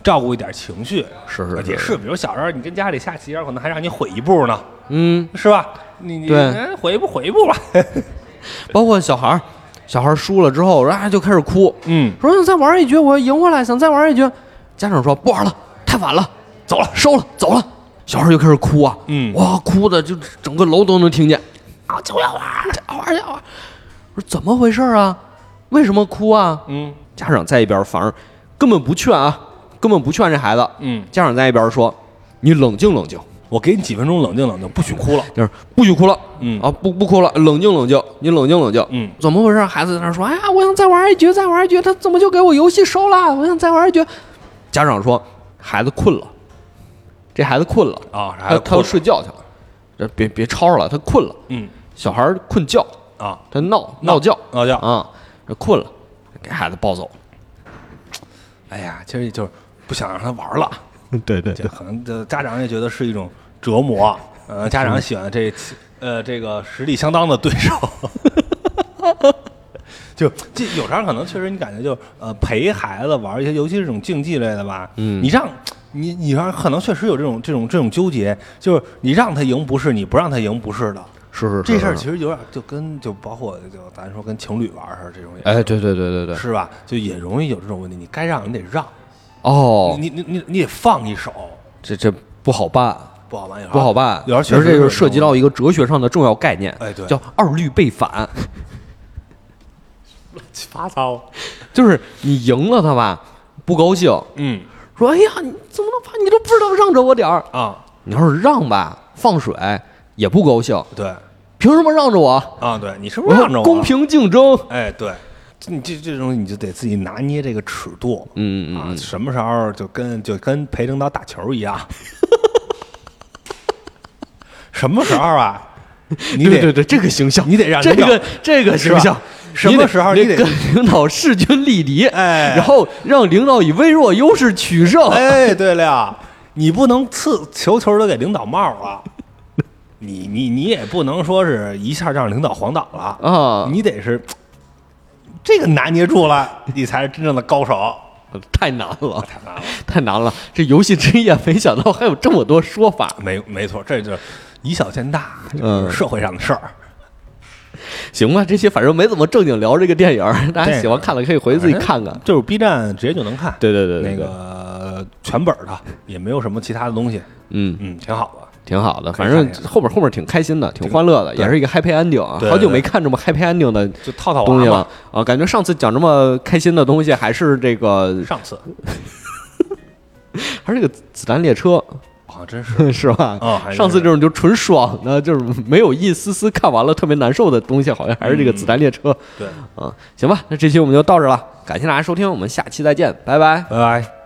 S2: 照顾一点情绪，
S1: 是是是
S2: 也是。比如小时候你跟家里下棋，可能还让你悔一步呢，
S1: 嗯，
S2: 是吧？你你
S1: 对
S2: 哎悔一步悔一 (laughs) 步吧。
S1: 包括小孩儿，小孩儿输了之后，然后就开始哭，
S2: 嗯，
S1: 说想再玩一局，我要赢回来，想再玩一局。家长说不玩了，太晚了，走了，收了，走了。小孩就开始哭啊，
S2: 嗯
S1: 哇，哭的就整个楼都能听见。啊，就要玩儿，就要玩儿，就要玩儿。我说怎么回事啊？为什么哭啊？
S2: 嗯
S1: 家长在一边反而根本不劝啊，根本不劝这孩子。
S2: 嗯，
S1: 家长在一边说：“你冷静冷静，
S2: 我给你几分钟冷静冷静，不许哭了。
S1: 就是不许哭了，
S2: 嗯
S1: 啊，不不哭了，冷静冷静，你冷静冷静，
S2: 嗯
S1: 怎么回事？孩子在那说，哎呀，我想再玩一局，再玩一局，他怎么就给我游戏收了？我想再玩一局。家长说，孩子困了，这哦孩子困了，
S2: 啊，还
S1: 他
S2: 有
S1: 他要睡觉去了，这别别吵吵了，他困了，
S2: 嗯
S1: 小孩儿困觉，
S2: 啊，
S1: 他闹闹觉
S2: 闹觉。
S1: 啊，这困了，给孩子抱走了，
S2: 哎呀，其实也就是不想让他玩了，
S1: (laughs) 对对
S2: 这可能这家长也觉得是一种折
S1: (laughs)
S2: 磨。呃，家长喜欢这呃这个实力相当的对手。 (laughs) 就这有时候可能确实你感觉就呃陪孩子玩一些，尤其是这种竞技类的吧，嗯，你让你你让可能确实有这种这种这种纠结，就是你让他赢不是，你不让他赢不是的，
S1: 是是是
S2: 这事儿
S1: 是
S2: 其实有点就跟就包括就咱说跟情侣玩儿似的这种也是，
S1: 哎，对对对对对，
S2: 是吧？就也容易有这种问题，你该让你得让，
S1: 哦，
S2: 你你你你得放一手，
S1: 这这不好办，啊
S2: 不好玩也好
S1: 不好办。
S2: 有点
S1: 而
S2: 确实
S1: 这
S2: 有
S1: 个
S2: 点
S1: 涉及到一个哲学上的重要概念，
S2: 哎对
S1: 叫二律背
S2: (laughs)
S1: 反，
S2: 发操，
S1: 就是你赢了他吧，不高兴，
S2: 嗯
S1: 说哎呀，你怎么能把你都不知道让着我点儿？
S2: 啊，
S1: 你要是让吧，放水也不高兴，
S2: 对
S1: 凭什么让着我？
S2: 啊，对你是不是让着我？
S1: 公，平竞争，
S2: 哎，对，你这这种你就得自己拿捏这个尺度，
S1: 嗯嗯
S2: 啊，什么时候就跟就跟陪领导打球一样， (laughs) 什么时候啊？你
S1: 对
S2: 得
S1: 对对，这个形象，
S2: 你得让
S1: 这
S2: 领导
S1: 个这个形象，
S2: 是吧什么时候
S1: 你
S2: 你得
S1: 跟领导势均力敌，
S2: 哎
S1: 然后让领导以微弱优势取胜，
S2: (laughs) 哎，对了呀，你不能刺球球都给领导帽了，你你你也不能说是一下让领导黄倒了
S1: 啊
S2: 你得是这个拿捏住了，你才是真正的高手。
S1: 太难了，太难了，这游戏之夜没想到还有这么多说法。
S2: 没没错，这就是以小见大，这
S1: 嗯
S2: 是社会上的事儿。
S1: 行吧，这些反正没怎么正经聊这个电影儿，大家喜欢看了可以回去自己看看。
S2: 哎就是 B 站直接就能看，
S1: 对对对对
S2: 那个全本儿的也没有什么其他的东西，
S1: 嗯，
S2: 嗯，挺好的。
S1: 挺好的，
S2: 可以
S1: 反
S2: 看一
S1: 正
S2: 下
S1: 后面后面挺开心的，挺欢乐的，
S2: 对
S1: 也是一个 happy ending 啊，
S2: 对对
S1: 好久
S2: 对
S1: 没看这么 happy ending 的
S2: 就套套
S1: 东
S2: 娃
S1: 西
S2: 嘛
S1: 了，啊！感觉上次讲这么开心的东西，还是这个
S2: 上次
S1: 还是这个子弹列车， (laughs)
S2: 好像真是
S1: 是吧？
S2: 哦还是
S1: 上次这种就纯爽的，就是没有一丝丝看完了特别难受的东西，好像还是这个子弹列车。
S2: 对，
S1: 啊，行吧，那这期我们就到这儿了，感谢大家收听，我们下期再见，拜拜。
S2: 拜拜。